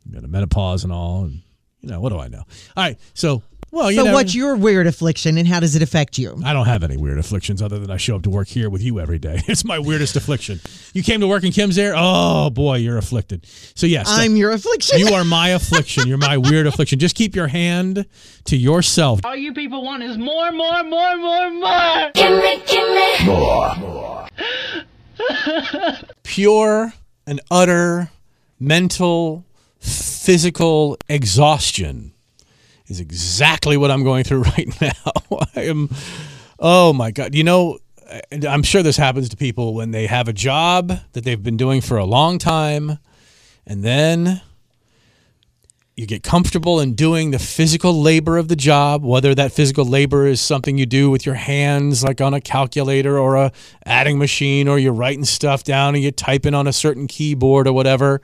D: You got a menopause and all, and you know what do I know? All right. So well, you
E: So
D: know,
E: what's your weird affliction and how does it affect you?
D: I don't have any weird afflictions other than I show up to work here with you every day. <laughs> It's my weirdest affliction. You came to work and Kim's there. Oh boy, you're afflicted. So yes, that-
E: I'm your affliction.
D: You are my affliction. You're my weird affliction. Just keep your hand to yourself.
K: All you people want is more, more, more, <laughs> more, more. Give me, give me.
D: pure and utter mental, physical exhaustion is exactly what I'm going through <laughs> right now. I am, oh my God. You know, and I'm sure this happens to people when they have a job that they've been doing for a long time, and then you get comfortable in doing the physical labor of the job, whether that physical labor is something you do with your hands, like on a calculator or a adding machine, or you're writing stuff down and you're typing on a certain keyboard or whatever,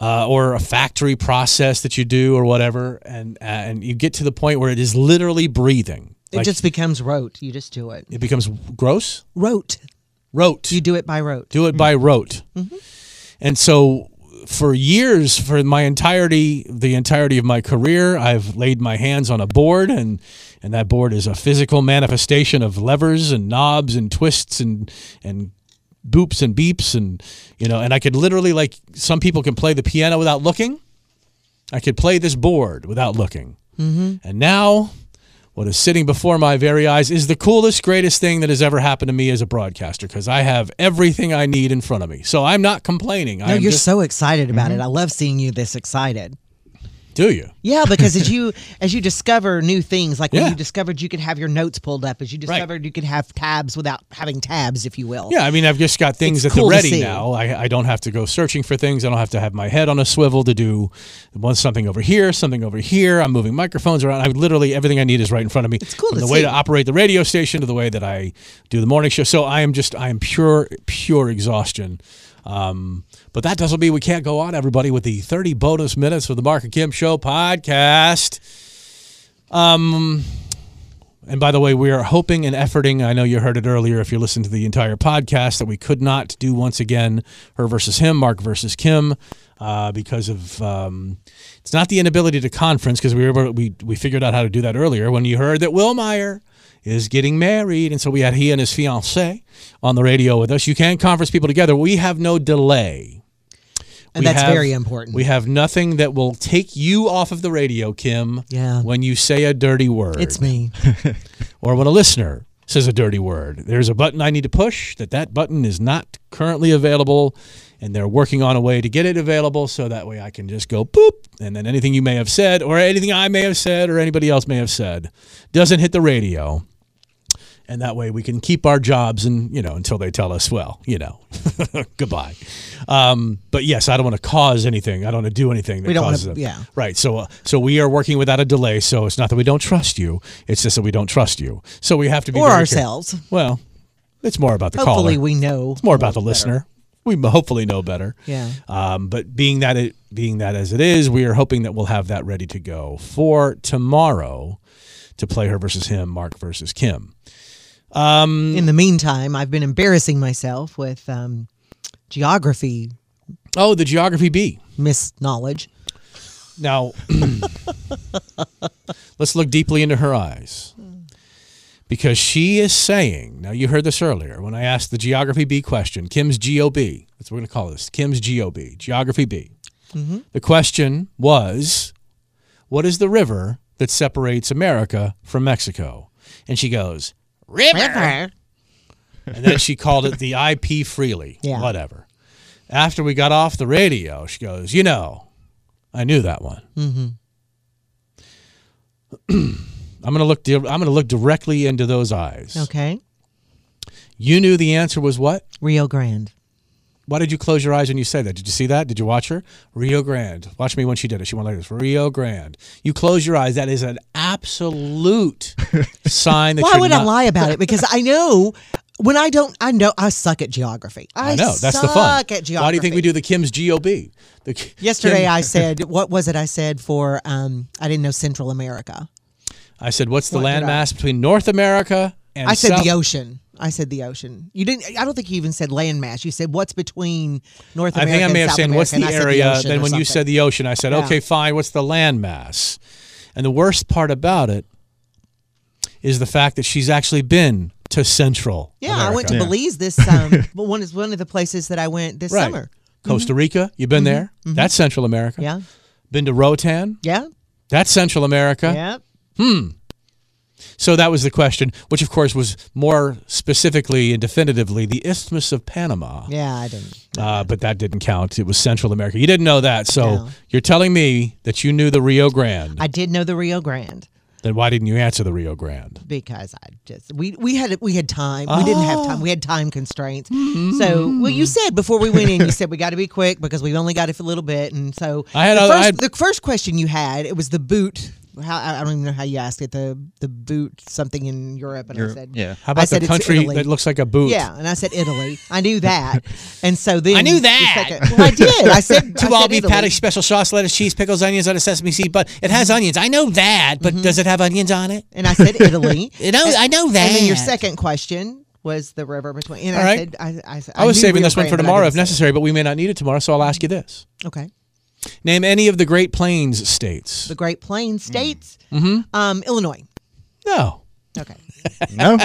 D: uh, or a factory process that you do or whatever, and and you get to the point where it is literally breathing.
E: It
D: Like,
E: just becomes rote. You just do it.
D: it becomes gross.
E: Rote.
D: Rote.
E: You do it by rote.
D: Do it by rote. And so for years, for my entirety, the entirety of my career, I've laid my hands on a board and and that board is a physical manifestation of levers and knobs and twists and and boops and beeps and you know and I could literally like some people can play the piano without looking. I could play this board without looking.
L: Mm-hmm.
D: And now, what is sitting before my very eyes is the coolest, greatest thing that has ever happened to me as a broadcaster because I have everything I need in front of me. So I'm not complaining.
E: No,
D: I'm
E: you're
D: just, Mm-hmm.
E: so excited about it. I love seeing you this excited.
D: Do you?
E: Yeah, because
D: <laughs>
E: as you as you discover new things, like
D: Yeah.
E: when you discovered you could have your notes pulled up, as you discovered you could have tabs without having tabs, if you will.
D: Yeah, I mean, I've just got things
E: It's
D: at
E: cool
D: the
E: to
D: ready
E: see.
D: now. I, I don't have to go searching for things. I don't have to have my head on a swivel to do one something over here, something over here. I'm moving microphones around. I literally everything I need is right in front of me. It's cool. From
M: to
D: the way
M: see.
D: to operate the radio station to the way that I do the morning show. So I am just I am pure pure exhaustion. Um, but that doesn't mean we can't go on, everybody, with the 30 bonus minutes of the Mark and Kim Show podcast. Um, and by the way, we are hoping and efforting. I know you heard it earlier if you listened to the entire podcast that we could not do once again her versus him, Mark versus Kim, uh, because of um, it's not the inability to conference because we were able, we we figured out how to do that earlier when you heard that Will Meyer is getting married, and so we had he and his fiancee on the radio with us. You can conference people together. We have no delay.
E: And that's very important.
D: We have nothing that will take you off of the radio, Kim.
E: Yeah.
D: When you say a dirty word
E: It's me.
D: or when a listener says a dirty word there's a button i need to push that that button is not currently available and they're working on a way to get it available so that way i can just go boop and then anything you may have said or anything i may have said or anybody else may have said doesn't hit the radio and that way we can keep our jobs and you know until they tell us well you know <laughs> goodbye um, but yes i don't want to cause anything i don't want to do anything that
E: We don't wanna-
D: causes them.
E: yeah.
D: right so uh, so we are working without a delay so it's not that we don't trust you it's just that we don't trust you so we have to be
E: Or
D: very care-
E: ourselves.
D: well it's more about the
E: Hopefully
D: caller
E: we know
D: it's more about the listener we m- hopefully know better
E: Yeah.
D: um, but being that it being that as it is, we are hoping that we'll have that ready to go for tomorrow to play her versus him, Mark versus Kim. Um,
E: In the meantime, I've been embarrassing myself with um, geography.
D: Oh, the geography B.
E: Miss knowledge.
D: Now, <clears throat> let's look deeply into her eyes. Because she is saying, now you heard this earlier when I asked the geography B question, Kim's GOB, that's what we're going to call this, Kim's GOB, geography B.
M: Mhm.
D: The question was, what is the river that separates America from Mexico? And she goes,
M: River.
D: and then she called it the IP
E: <laughs>
D: freely.
M: Yeah.
D: Whatever. After we got off the radio, she goes, You know, I knew that one.
E: Mm-hmm.
D: <clears throat> I'm gonna look di- I'm gonna look directly into those eyes.
E: Okay.
D: You knew the answer was what?
E: Rio Grande.
D: Why did you close your eyes when you said that? Did you see that? Did you watch her? Rio Grande. Watch me when she did it. She went like this. Rio Grande. You close your eyes. That is an
E: <laughs>
D: absolute sign that
E: Why
D: you're
E: would I
D: not-
E: lie about it? Because I know when I don't, I know I suck at geography. I,
D: I know that's
E: suck
D: the fun.
E: at geography.
D: Why do you think we do the Kim's GOB? The K- <laughs>
E: Yesterday
D: Kim-
E: I said, what was it I said for, um, I didn't know Central America.
D: I said, what's the
E: What did I-
D: landmass between North America and
E: I said
D: South-
E: the ocean. I said the ocean. You didn't, I don't think you even said landmass. You said what's between North
D: I
E: America
D: think I may have
E: and South
D: said,
E: America,
D: what's the
E: and I said
D: area?
E: ocean
D: then
E: or
D: when you
E: something.
D: said the ocean, I said,
E: Yeah.
D: okay, fine, what's the landmass? And the worst part about it is the fact that she's actually been to Central.
E: Yeah, I went to
D: America.
E: Belize
D: <laughs>
E: this um but one is one of the places that I went this
D: Right.
E: summer.
D: Costa Rica, you've been there.
E: mhm.
D: That's Central America.
E: Yeah.
D: Been to Rotan.
E: Yeah.
D: That's Central America.
E: Yep.
D: Hmm. So that was the question, which of course was more specifically and definitively the Isthmus of Panama.
E: Yeah, I didn't.
D: Uh, but that didn't count. It was Central America. You didn't know that. So you're telling me that you knew the Rio Grande.
E: I did know the Rio Grande
D: Then why didn't you answer the Rio Grande?
E: because I just we we had we had time. We didn't have time. We had time constraints.
D: Mm-hmm.
E: So, well, you said before we went in, you said we got to be quick because we've only got it for a little bit. And so,
D: I had
E: the,
D: other- I
E: first,
D: had-
E: the first question you had it was the boot. How I I don't even know how you asked it. The the boot something in Europe, and I
D: Europe,
E: said,
D: yeah.
E: I
D: How about the
E: said it's
D: country
E: Italy.
D: that looks like a boot?
E: Yeah, and I said Italy. I knew that, and so
D: <laughs>
E: then
D: I knew
E: the
D: that.
E: second- well, I did. I
D: <laughs>
E: said I
D: two
E: said
D: all beef
E: Italy.
D: patty, special sauce, lettuce, cheese, pickles, onions on a sesame seed. But it
E: Mm-hmm.
D: has onions. I know that. But does it have onions on it?
E: And I said Italy.
D: <laughs> you know,
E: And-
D: I know that.
E: And then your second question was the river between. And
D: All
E: I
D: right.
E: said, I, I,
D: I was
E: knew
D: saving
E: Rio
D: this one for
E: Grande, but I
D: tomorrow if
E: didn't say
D: necessary, but we may not need it tomorrow. So I'll ask you this:
E: it. Okay.
D: Name any of the Great Plains states.
E: The Great Plains states,
D: Mhm.
E: um, Illinois.
D: No,
E: Okay.
F: No,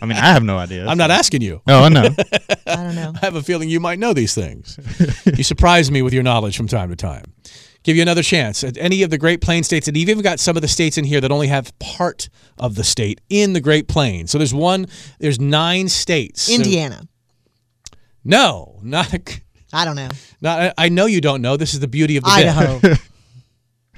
F: I mean I
D: <laughs>
F: have no idea.
D: I'm not asking you.
F: No, I know.
E: I don't know.
D: I have a feeling you might know these things. you surprise me with your knowledge from time to time. Give you another chance at any of the Great Plains states, and you've even got some of the states in here that only have part of the state in the Great Plains. So there's one, there's nine states. <laughs> So-
E: Indiana.
D: no, not a, <laughs>
E: I don't know.
D: not. I- I know you don't know. This is the beauty of the bit. <laughs>
E: Idaho.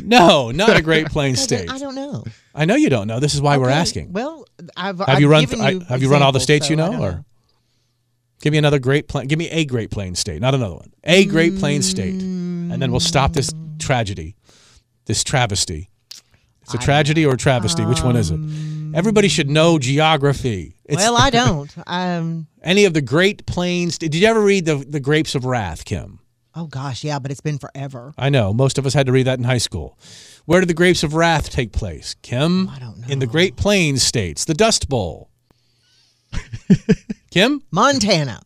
D: no, not a Great
E: <laughs>
D: Plains
E: I don't-
D: state.
E: I don't know.
D: I know you don't know. This is why we're
E: Okay,
D: asking.
E: Well, I've,
D: have
E: I've
D: you run?
E: given
D: I-
E: you
D: have you run all the
E: examples,
D: states you
E: so I
D: know,
E: don't
D: or give me another Great Plain? Give me a Great Plains state, not another one. A Great Plains state, and then we'll stop this tragedy, this travesty. It's a tragedy or a travesty. Which one is it? Everybody should know geography. It's
E: Well,
D: <laughs>
E: I don't. Um.
D: any of the Great Plains. Did you ever read the the Grapes of Wrath, Kim?
E: Oh gosh, yeah, but it's been forever.
D: I know most of us had to read that in high school. Where did the Grapes of Wrath take place, Kim? I don't know. In the Great Plains states, the Dust Bowl. Kim,
E: Montana.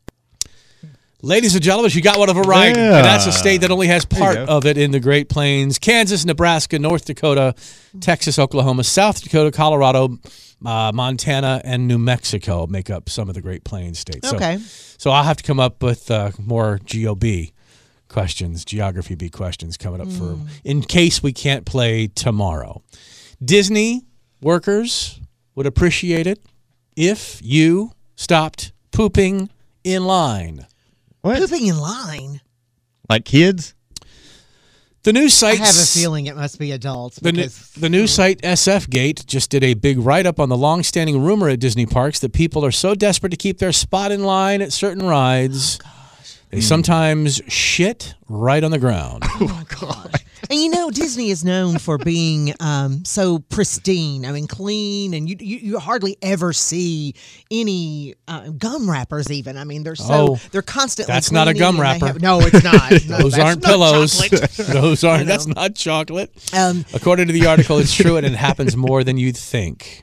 D: Ladies and gentlemen, you got one of a right. And that's a
F: Yeah.
D: state that only has
F: There you
D: part
F: go.
D: of it in the Great Plains Kansas, Nebraska, North Dakota, Texas, Oklahoma, South Dakota, Colorado, uh, Montana, and New Mexico make up some of the Great Plains states. So-
E: Okay.
D: So, I'll have to come up with uh, more GOB questions, Geography B questions coming up for in case we can't play tomorrow. Disney workers would appreciate it if you stopped pooping in line.
E: Pooping in line.
D: Like kids? The news
E: I
D: site
E: have a feeling it must be adults.
D: the, new,
E: because
D: the news site SF Gate just did a big write up on the long-standing rumor at Disney parks that people are so desperate to keep their spot in line at certain rides,
E: Oh,
D: they sometimes shit right on the
E: <laughs>
D: ground.
E: And you know, Disney is known for being um, so pristine. I mean, clean, and you you, you hardly ever see any uh, gum wrappers. Even I mean, they're so
D: Oh,
E: they're constantly.
D: that's not a
E: cleaning
D: gum
E: and they
D: wrapper.
E: have- no,
D: <laughs>
E: it's not. No,
D: Those
E: that's
D: aren't
E: not
D: pillows.
E: chocolate.
D: <laughs> Those aren't. That's not chocolate.
E: Um,
D: According to the article, it's true and it happens more than you'd think.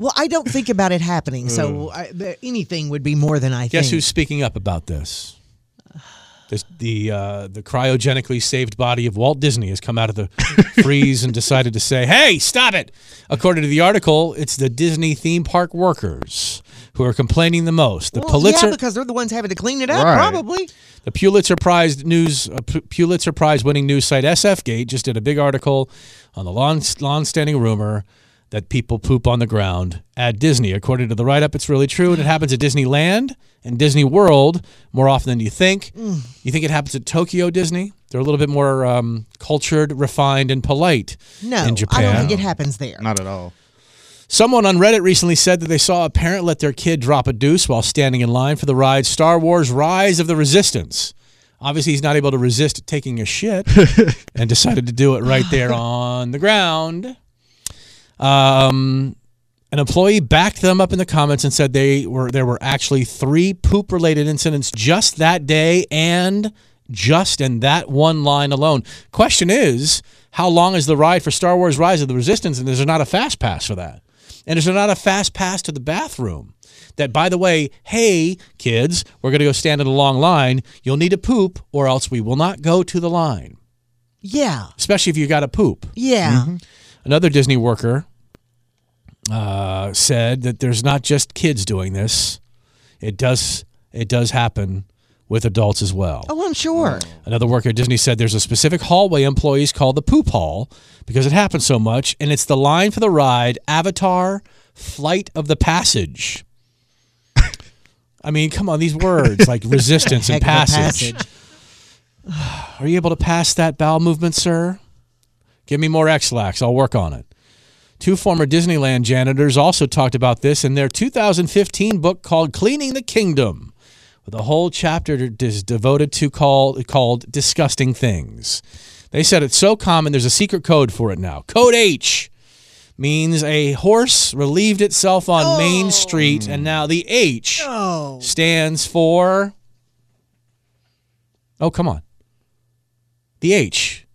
E: well, I don't think about it happening, so I, th- anything would be more than I
D: Mm. Guess
E: think.
D: who's speaking up about this? This, the uh, the cryogenically saved body of Walt Disney has come out
E: <laughs>
D: of the freeze and decided to say, "Hey, stop it!" According to the article, it's the Disney theme park workers who are complaining the most. The
E: Well,
D: Pulitzer
E: yeah, because they're the ones having to clean it up,
D: Right.
E: probably.
D: the Pulitzer Prize news uh, P- Pulitzer Prize winning news site SF Gate just did a big article on the long long-standing rumor that people poop on the ground at Disney. According to the write-up, it's really true and it happens at Disneyland and Disney World more often than you think.
L: Mm.
D: You think it happens at Tokyo Disney? They're a little bit more um, cultured, refined, and polite
E: No,
D: in Japan.
E: I don't think it happens there.
F: Not at all.
D: Someone on Reddit recently said that they saw a parent let their kid drop a deuce while standing in line for the ride Star Wars Rise of the Resistance. Obviously, he's not able to resist taking a shit and decided to do it right there on the ground. Um, an employee backed them up in the comments and said they were there were actually three poop related incidents just that day and just in that one line alone. Question is, how long is the ride for Star Wars Rise of the Resistance and is there not a fast pass for that? And is there not a fast pass to the bathroom? That by the way, hey kids, we're going to go stand in a long line. You'll need to poop or else we will not go to the line.
E: Yeah,
D: Especially if you got to poop.
E: yeah.
D: Mm-hmm. Another Disney worker uh, said that there's not just kids doing this. It does it does happen with adults as well.
E: Oh, I'm sure.
D: Another worker at Disney said there's a specific hallway employees call the poop hall because it happens so much, and it's the line for the ride Avatar Flight of the Passage. I mean, come on, these words
E: <laughs>
D: like resistance and
E: Heck of a
D: passage. Are you able to pass that bowel movement, sir? Give me more X lax. I'll work on it. Two former Disneyland janitors also talked about this in their 2015 book called Cleaning the Kingdom, with a whole chapter is devoted to call, called Disgusting Things. They said it's so common, there's a secret code for it now. Code H means a horse relieved itself on
E: Oh.
D: Main Street, and now the H stands for. Oh, come on. The H.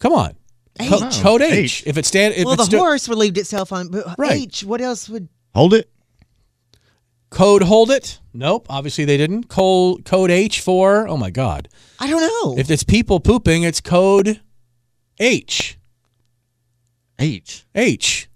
D: Come on.
E: H.
D: Co-
E: Wow.
D: Code H. If it stand, if
E: well,
D: it's
E: the
D: sto-
E: horse relieved itself on but
D: Right.
E: H. What else would?
D: Hold it. Code hold it. Nope. Obviously they didn't. Code code H for. Oh my God.
E: I don't know.
D: If it's people pooping, it's code H. H. H.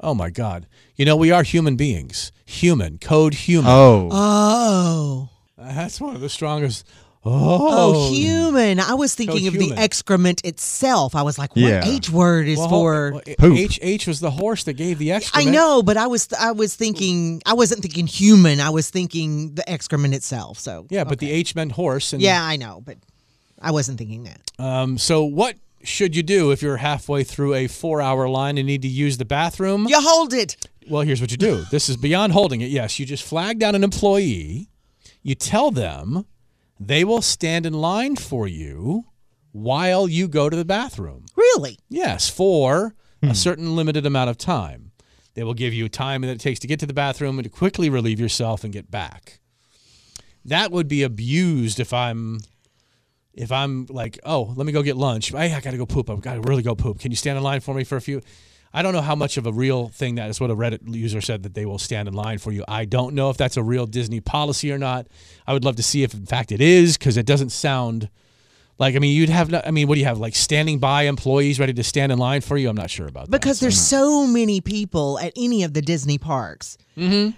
D: Oh my God. You know we are human beings. Human. Code human.
F: Oh.
D: Uh,
E: Oh.
D: That's one of the strongest.
E: Oh,
D: Oh.
E: human. I was thinking
D: So
E: of
D: human.
E: the excrement itself. I was like, what
D: Yeah.
E: H word is
D: Well, hold-
E: for?
D: well, H H was the horse that gave the extra.
E: I know, but I was I was thinking I wasn't thinking human. I was thinking the excrement itself. So
D: Yeah, but the H meant horse. And
E: yeah, I know, but I wasn't thinking that.
D: Um, so what should you do if you're halfway through a four-hour line and need to use the bathroom?
E: You hold it.
D: Well, here's what you do. This is beyond holding it. Yes, you just flag down an employee. You tell them they will stand in line for you while you go to the bathroom.
E: Really?
D: Yes, for a certain limited amount of time. They will give you time that it takes to get to the bathroom and to quickly relieve yourself and get back. That would be abused if I'm if I'm like, oh, let me go get lunch. Hey, I gotta go poop. I've gotta really go poop. Can you stand in line for me for a few? I don't know how much of a real thing that is what a Reddit user said that they will stand in line for you. I don't know if that's a real Disney policy or not. I would love to see if in fact it is, because it doesn't sound like I mean you'd have no, I mean what do you have like standing by employees ready to stand in line for you? I'm not sure about that.
E: Because there's so many people at any of the Disney parks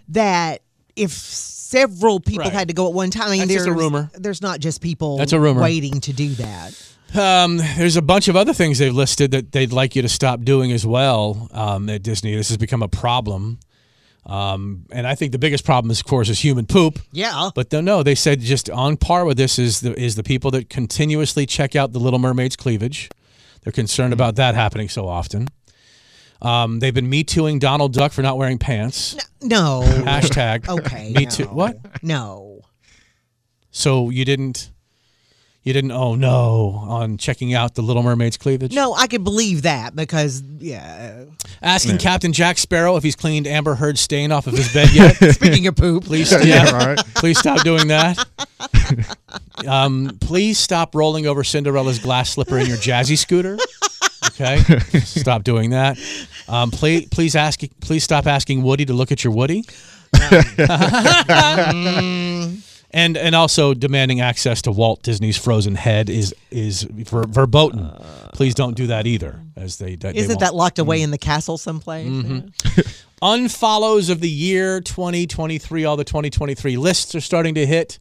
E: that if several people
D: Mm-hmm. Right.
E: had to go at one time, I mean,
D: That's just
E: there's
D: a rumor.
E: There's not just people
D: That's a rumor.
E: waiting to do that.
D: Um, there's a bunch of other things they've listed that they'd like you to stop doing as well um, at Disney. This has become a problem. Um, and I think the biggest problem, is, of course, is human poop.
E: Yeah.
D: But no, no, they said just on par with this is the, is the people that continuously check out the Little Mermaid's cleavage. They're concerned about that happening so often. Um, they've been me tooing Donald Duck for not wearing pants.
E: No.
D: <laughs>
E: Oh.
D: Hashtag.
E: Okay.
D: Me
E: no.
D: too. What?
E: No.
D: So you didn't, you didn't. Oh no! On checking out the Little Mermaid's cleavage.
E: No, I could believe that because
D: <laughs>
E: yeah.
D: Asking
E: Yeah.
D: Captain Jack Sparrow if he's cleaned Amber Heard's stain off of his bed yet.
E: Speaking of poop,
D: please,
E: <laughs> Yeah,
D: <laughs> yeah,
E: right.
D: please stop doing
E: <laughs>
D: that. Um, please stop rolling over Cinderella's glass slipper in your jazzy scooter. Okay, stop doing that. Um, please, please ask, please stop asking Woody to look at your Woody. and and also demanding access to Walt Disney's frozen head is is ver- verboten. Please don't do that either, as they they
E: Isn't
D: won't. Mm-hmm.
E: that locked away in the castle someplace?
D: unfollows of the year 2023 all the 2023 lists are starting to hit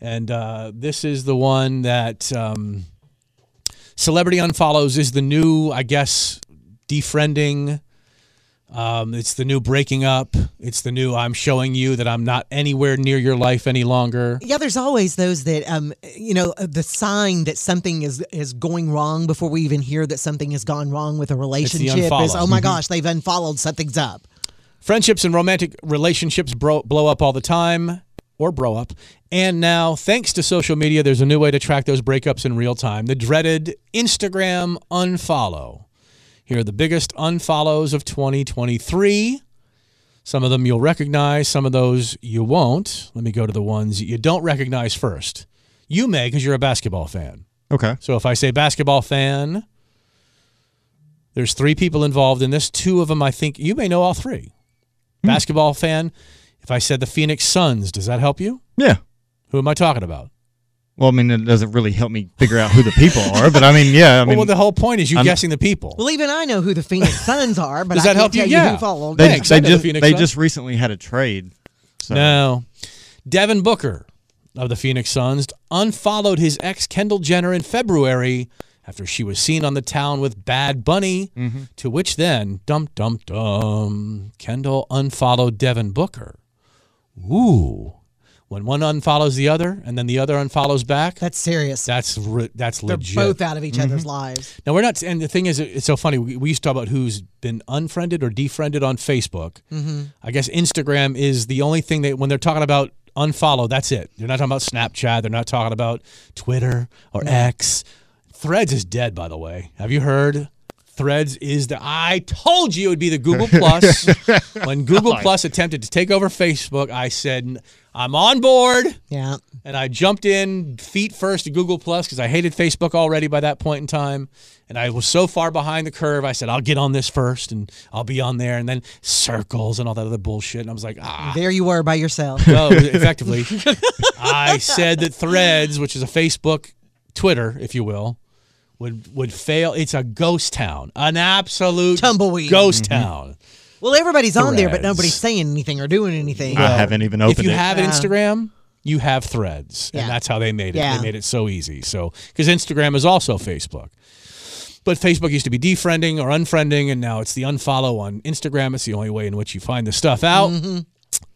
D: and uh, this is the one that um, celebrity unfollows is the new i guess defriending um, it's the new breaking up it's the new i'm showing you that i'm not anywhere near your life any longer
E: Yeah, there's always those that um, you know, the sign that something is is going wrong before we even hear that something has gone wrong with a relationship is
D: unfollow.
E: oh my
D: Mhm.
E: gosh, they've unfollowed, something's up.
D: Friendships and romantic relationships bro- blow up all the time or bro up. And now, thanks to social media, there's a new way to track those breakups in real time the dreaded Instagram unfollow. Here are the biggest unfollows of 2023. Some of them you'll recognize, some of those you won't. Let me go to the ones you don't recognize first. You may, because you're a basketball fan.
F: Okay.
D: So if I say basketball fan, there's three people involved in this. Two of them, I think you may know all three.
F: Hmm.
D: Basketball fan. If I said the Phoenix Suns, does that help you?
F: Yeah.
D: Who am I talking about?
F: Well, I mean, it doesn't really help me figure out who the
D: <laughs>
F: people are, but I mean, yeah. I mean,
D: well, the whole point is you
F: I'm-
D: guessing the people.
E: Well, even I know who
D: <laughs>
E: the Phoenix Suns are, but
D: Does
E: I
D: that help
E: can't
D: you?
E: tell
D: Yeah.
E: who followed.
F: They,
D: Thanks.
F: they
D: I know the
F: just
D: Phoenix
F: they
D: Suns.
F: just recently had a trade. So.
D: No. Devin Booker of the Phoenix Suns, unfollowed his ex Kendall Jenner in February after she was seen on the town with Bad Bunny,
E: Mm-hmm.
L: Mhm.
D: to which then, dum dum dum, Kendall unfollowed Devin Booker. Ooh. When one unfollows the other and then the other unfollows back.
E: That's serious.
D: That's re- that's
E: They're
D: legit.
E: both out of each
D: Mhm.
E: other's lives.
D: Now we're not, and the thing is, it's so funny. We, we used to talk about who's been unfriended or defriended on Facebook.
E: Mhm.
D: I guess Instagram is the only thing that when they're talking about unfollow, that's it. They're not talking about Snapchat. They're not talking about Twitter or X. Threads is dead, by the way. Have you heard? Threads is the. I told you it would be the Google Plus. when Google
L: God.
D: Plus attempted to take over Facebook, I said I'm on board.
E: Yeah.
D: And I jumped in feet first to Google Plus because I hated Facebook already by that point in time. And I was so far behind the curve. I said, I'll get on this first and I'll be on there. And then circles and all that other bullshit. And I was like,
E: <laughs>
D: ah.
E: There you were by yourself.
D: No, effectively. I said that Threads, which is a Facebook Twitter, if you will, would would fail. It's a ghost town, an absolute
E: Tumbleweed.
D: ghost
E: Mhm.
D: town.
E: Well, everybody's on there, but
D: Threads.
E: nobody's saying anything or doing anything.
D: Well, If you
E: it.
D: have an
E: Yeah.
D: Instagram, you have Threads,
E: Yeah.
D: and that's how they made it.
E: Yeah.
D: They made it so easy. So because Instagram is also Facebook, but Facebook used to be defriending or unfriending, and now it's the unfollow on Instagram. It's the only way in which you find the stuff out.
E: Mm-hmm.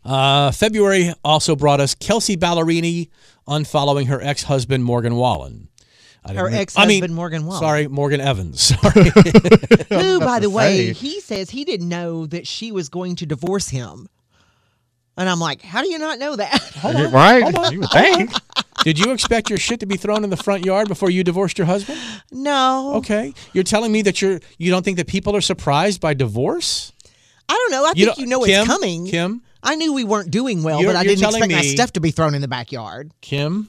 D: Uh, February also brought us Kelsey Ballerini unfollowing her ex-husband Morgan Wallen. I didn't
E: Her
D: re- I
E: ex-husband,
D: mean,
E: Morgan Wallen.
D: Sorry, Morgan Evans. <laughs> Sorry.
E: Who, by the way, he says he didn't know that she was going to divorce him. And I'm like, how do you not know that? <laughs>
D: Hold on. Hold <laughs> on. Did you expect your shit to be thrown in the front yard before you divorced your husband?
E: No.
D: Okay. You're telling me that you're you don't think that people are surprised by divorce?
E: I don't know. I
D: You
E: think
D: don't-
E: you know
D: Kim?
E: it's coming.
D: Kim?
E: I knew we weren't doing well,
D: You're-
E: but I
D: you're
E: didn't
D: telling
E: expect my
D: me-
E: stuff to be thrown in
D: <laughs>
E: the backyard.
D: Kim,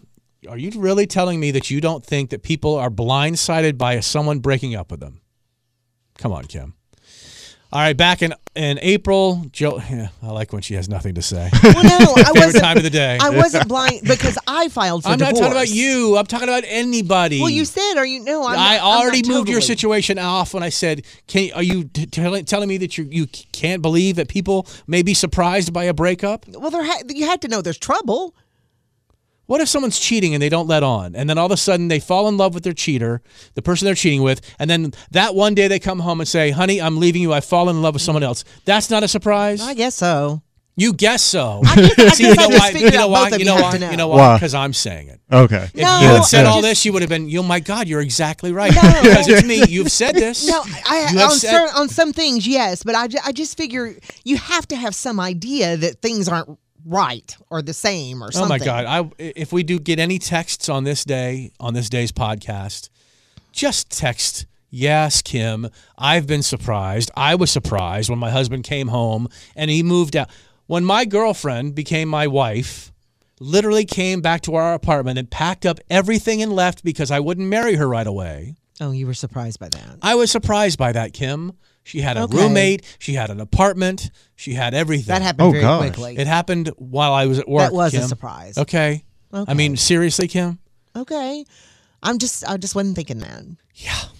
D: are you really telling me that you don't think that people are blindsided by someone breaking up with them? Come on, Kim. All right, back in in April, Joe. Yeah, I like when she has nothing to say. Well,
E: no, I
D: favorite
E: wasn't-
D: time of the day.
E: <laughs> I wasn't blind because I filed for
D: I'm not
E: divorce.
D: talking about you. I'm talking about anybody.
E: Well, you said, are you? No, I'm
D: I
E: not- I'm not
D: already moved your
E: totally.
D: situation off when I said, "Can are you t- tell- telling me that you you can't believe that people may be surprised by a breakup?"
E: Well, there ha- you had to know there's trouble.
D: What if someone's cheating and they don't let on, and then all of a sudden they fall in love with their cheater, the person they're cheating with, and then that one day they come home and say, "Honey, I'm leaving you. I've fallen in love with someone else." That's not a surprise.
E: I guess so.
D: You guess so. <laughs>
E: guess
D: See, you
E: I
D: know
E: just
D: why? You
E: figured
D: know
E: out
D: why?
E: both of
D: You
E: you
D: know
E: have
D: why?
E: to know.
D: You know why?
F: Why?
D: Because I'm saying it.
F: Okay.
D: If you had said
F: Yeah. uh,
D: all this, you would have been, "Oh my God, you're exactly right." <laughs>
E: No.
D: Because it's me. You've said this. <laughs>
E: No, I,
D: You have
E: on,
D: said-
E: cer- on some things, yes, but I, ju- I just figure you have to have some idea that things aren't right or the same or something.
D: Oh my God! I, if we do get any texts on this day, on this day's podcast, just text. Yes, Kim. I've been surprised. I was surprised when my husband came home and he moved out. When my girlfriend became my wife, literally came back to our apartment and packed up everything and left because I wouldn't marry her right away.
E: Oh, you were surprised by that.
D: I was surprised by that, Kim. She had a
E: Okay.
D: roommate. She had an apartment. She had everything.
E: That happened Oh, very gosh. quickly.
D: It happened while I was at work.
E: was a
D: Kim.
E: surprise.
D: Okay. I
E: Okay.
D: mean, seriously, Kim.
E: Okay. I'm just, I just wasn't thinking that.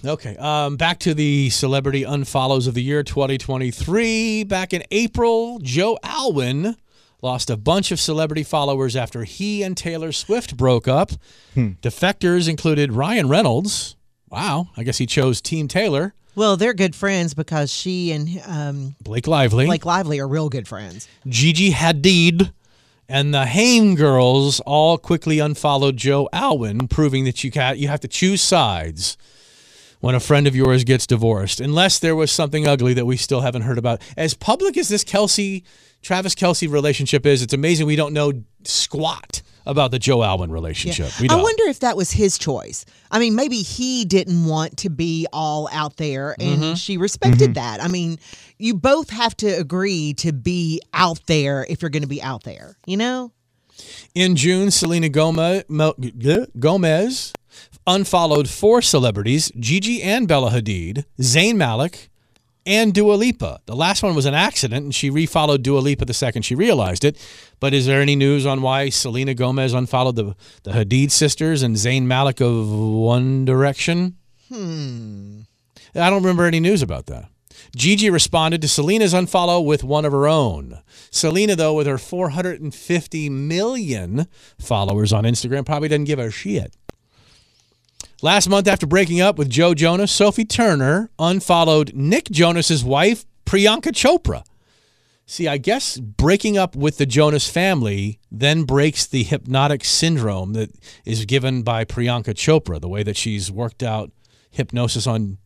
D: Okay. Um, back to the celebrity unfollows of the year 2023. Back in April, Joe Alwyn lost a bunch of celebrity followers after he and Taylor Swift broke up. Hmm. Defectors included Ryan Reynolds. Wow. I guess he chose Team Taylor.
E: Well, they're good friends because she and um,
D: Blake Lively.
E: Blake Lively are real good friends.
D: Gigi Hadid, and the Haim girls all quickly unfollowed Joe Alwyn, proving that you ca- you have to choose sides when a friend of yours gets divorced, unless there was something ugly that we still haven't heard about. As public as this Kelsey Travis Kelsey relationship is, it's amazing we don't know squat about the Joe Alwyn relationship. We
E: I
D: don't.
E: wonder if that was his choice. I mean, maybe he didn't want to be all out there and
D: Mhm.
E: she respected
D: Mhm.
E: that. I mean, you both have to agree to be out there if you're going to be out there, you know?
D: In June, Selena Gomez, Gomez unfollowed four celebrities, Gigi and Bella Hadid, Zayn Malik, and Dua Lipa. The last one was an accident, and she refollowed Dua Lipa the second she realized it. But is there any news on why Selena Gomez unfollowed the, the Hadid sisters and Zayn Malik of One Direction?
E: Hmm.
D: I don't remember any news about that. Gigi responded to Selena's unfollow with one of her own. Selena, though, with her 450 million followers on Instagram, probably doesn't give a shit. Last month, after breaking up with Joe Jonas, Sophie Turner unfollowed Nick Jonas's wife, Priyanka Chopra. See, I guess breaking up with the Jonas family then breaks the hypnotic syndrome that is given by Priyanka Chopra, the way that she's worked out hypnosis on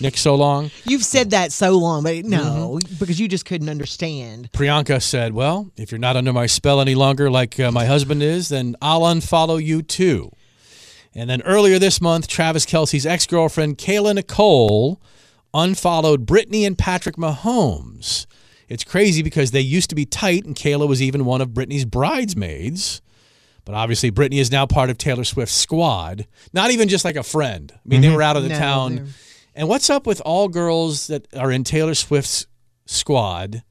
D: Nick so long.
E: You've said that so long, but no,
D: Mm-hmm.
E: because you just couldn't understand.
D: Priyanka said, Well, if you're not under my spell any longer, like uh, my husband is, then I'll unfollow you too. And then earlier this month, Travis Kelsey's ex girlfriend, Kayla Nicole, unfollowed Brittany and Patrick Mahomes. It's crazy because they used to be tight, and Kayla was even one of Brittany's bridesmaids. But obviously, Brittany is now part of Taylor Swift's squad, not even just like a friend. I mean, they
L: Mhm.
D: were out of the
L: No,
D: town.
L: they're-
D: And what's up with all girls that are in Taylor Swift's squad?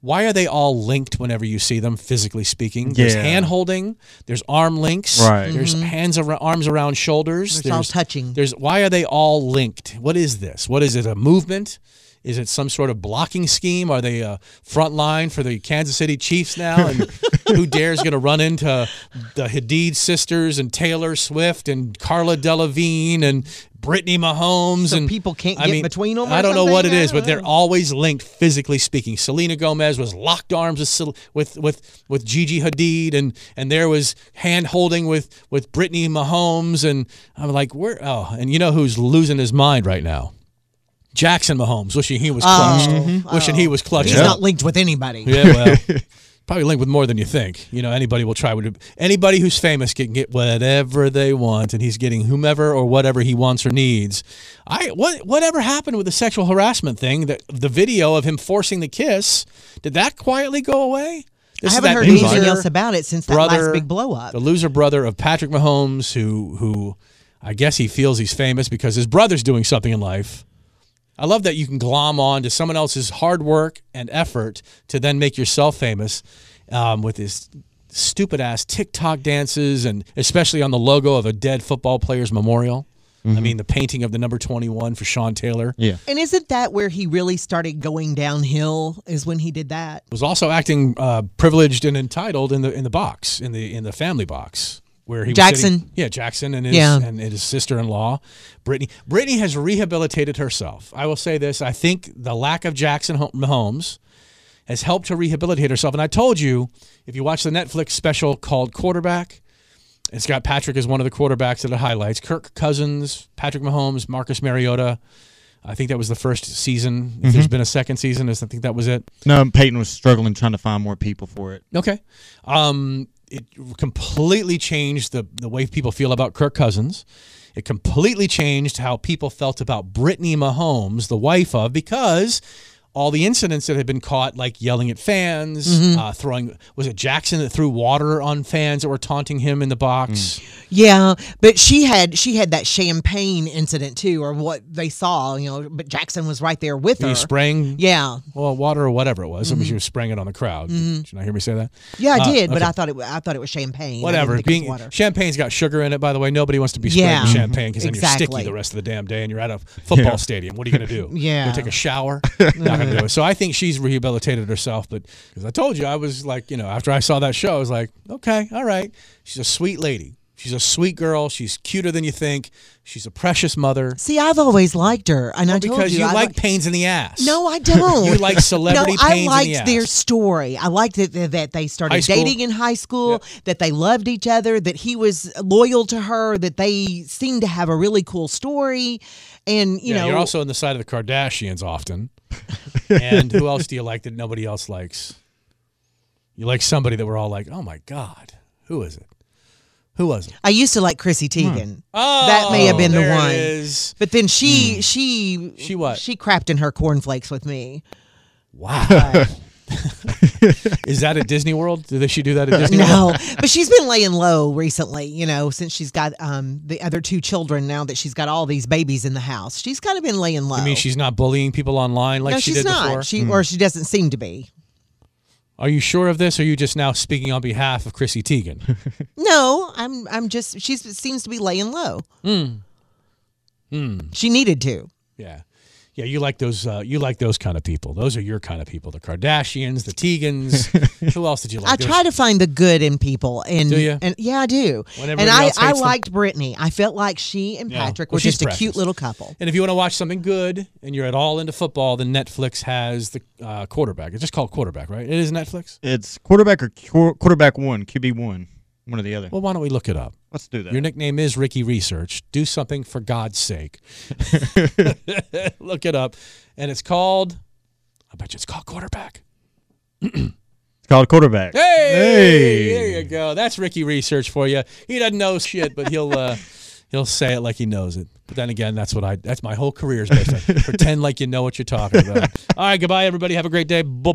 D: Why are they all linked whenever you see them, physically speaking? There's
F: Yeah.
D: hand holding, there's arm links,
F: Right.
D: there's
F: Mhm.
D: hands around, arms around shoulders.
E: Mm-hmm. There's all touching.
D: There's why are they all linked? What is this? What is it? A movement? Is it some sort of blocking scheme? Are they uh, front line for the Kansas City Chiefs now?
F: <laughs>
D: And who dares going to run into the Hadid sisters and Taylor Swift and Carla Delevingne and Brittany Mahomes?
E: So
D: and
E: people can't get between 'em or
D: I don't know what it
E: something?
D: is,
E: I
D: but
E: don't
D: they're always linked physically speaking. Selena Gomez was locked arms with Sel- with with, with Gigi Hadid, and and there was hand holding with with Brittany Mahomes, and I'm like, where? Oh, and you know who's losing his mind right now? Jackson Mahomes, wishing he was clutched, wishing he was clutched.
E: Oh. Mm-hmm. He's
D: up.
E: not linked with anybody.
D: <laughs> Yeah, well, probably linked with more than you think. You know, anybody will try. with- Anybody who's famous can get whatever they want, and he's getting whomever or whatever he wants or needs. I what whatever happened with the sexual harassment thing? That the video of him forcing the kiss did that quietly go away? This
E: I
D: is
E: haven't
D: that
E: heard anything
D: loser
E: else about it since that last big blow up.
D: The loser brother of Patrick Mahomes, who who I guess he feels he's famous because his brother's doing something in life. I love that you can glom on to someone else's hard work and effort to then make yourself famous um, with his stupid ass TikTok dances and especially on the logo of a dead football player's memorial. I mean, the painting of the number 21 for Sean Taylor.
F: Yeah.
E: And isn't that where he really started going downhill? Is when he did that.
D: was also acting uh, privileged and entitled in the in the box in the in the family box where he was
E: Jackson.
D: sitting- yeah, Jackson and his
E: Yeah.
D: and his sister-in-law, Brittany. Brittany has rehabilitated herself. I will say this: I think the lack of Jackson Ho- Mahomes has helped her rehabilitate herself. And I told you, if you watch the Netflix special called Quarterback, it's got Patrick as one of the quarterbacks that it highlights. Kirk Cousins, Patrick Mahomes, Marcus Mariota. I think that was the first season. If there's
E: Mm-hmm.
F: Mhm.
D: been a second season, I think that was it.
F: No, Peyton was struggling trying to find more people for it.
D: Okay. Um, it completely changed the, the way people feel about Kirk Cousins. It completely changed how people felt about Brittany Mahomes, the wife of, because all the incidents that had been caught, like yelling at fans,
E: Mhm.
D: uh, throwing, was it Jackson that threw water on fans that were taunting him in the box?
E: Mm. Yeah, but she had she had that champagne incident too, or what they saw. You know, but Jackson was right there with
D: Were
E: her.
D: you spraying?
E: Yeah. Mm-hmm.
D: Well, water or whatever it was. I mean, you were spraying it on the crowd. Did you not hear me say that?
E: yeah, I
D: Uh,
E: did, but
D: okay.
E: I thought it wa- I thought it was champagne. I
D: Whatever.
E: didn't think it was
D: Being
E: water.
D: champagne's got sugar in it, by the way. Nobody wants to be sprayed with
E: Yeah.
D: champagne because then you're
E: Exactly.
D: sticky the rest of the damn day, and you're at a football
F: Yeah.
D: stadium. What are you
E: <laughs>
D: gonna do?
E: Yeah.
D: Go take a
E: <laughs>
D: shower. Not gonna do it. So I think she's rehabilitated herself, but because I told you, I was like, you know, after I saw that show, I was like, okay, all right. She's a sweet lady. She's a sweet girl. She's cuter than you think. She's a precious mother.
E: See, I've always liked her, and I told
D: Because you,
E: I
D: like pains in the ass. <laughs>
E: No, I don't.
D: You like celebrity
E: <laughs> No, I
D: pains in the
E: liked
D: ass.
E: their story. I liked that, that, that they
D: High
E: started
D: school.
E: dating in high school, that they loved each other, that he was loyal to her, that they seemed to have a really cool story. And, you
D: yeah,
E: know,
D: you're also on the side of the Kardashians
E: <laughs>
D: often. and who else do you like that nobody else likes? You like somebody that we're all like, oh my god, who is it? Who was it?
E: I used to like Chrissy Teigen.
D: Oh,
E: that may have been the
D: there it
E: one.
D: is.
E: But then she, she,
D: Hmm. She what?
E: She crapped in her cornflakes with me.
D: Wow. <laughs> is that at Disney World? Did they- <laughs> she do that at Disney
E: no,
D: World?
E: but she's been laying low recently, you know, since she's got um, the other two children now that she's got all these babies in the house. She's kind of been laying low.
D: I mean, she's not bullying people online like
E: no,
D: she
E: she's
D: did
E: not.
D: before. Hmm.
E: She or she doesn't seem to be.
D: Are you sure of this? Or are you just now speaking on behalf of Chrissy Teigen?
E: No, I'm. I'm just. She seems to be laying low.
D: Hmm. Hmm.
E: She needed to.
D: Yeah. Yeah, you like those. Uh, you like those kind of people. Those are your kind of people. The Kardashians, the Tegans. Who else did you like?
E: I
D: There was-
E: try to find the good in people, and
D: Do ya?
E: and yeah, I do.
D: When
E: and
D: everybody
E: I,
D: else
E: I
D: hates them.
E: liked Brittany. I felt like she and
D: Yeah.
E: Patrick
D: Well,
E: were
D: she's
E: just a
D: precious.
E: cute little couple.
D: And if you want to watch something good and you're at all into football, then Netflix has the uh, quarterback. It's just called quarterback, right? It is Netflix.
F: It's quarterback or qu- quarterback one, QB one, one or the other.
D: Well, why don't we look it up?
F: Let's do that.
D: Your nickname is Ricky Research. Do something for God's sake. <laughs> look it up, and it's called. I bet you it's called quarterback.
F: It's called quarterback.
D: Hey, there you go. That's Ricky research for you. He doesn't know shit, but he'll uh, <laughs> he'll say it like he knows it. But then again, that's what I that's my whole career is based on. Pretend like you know what you're talking about. All right, goodbye everybody. Have a great day. Bu-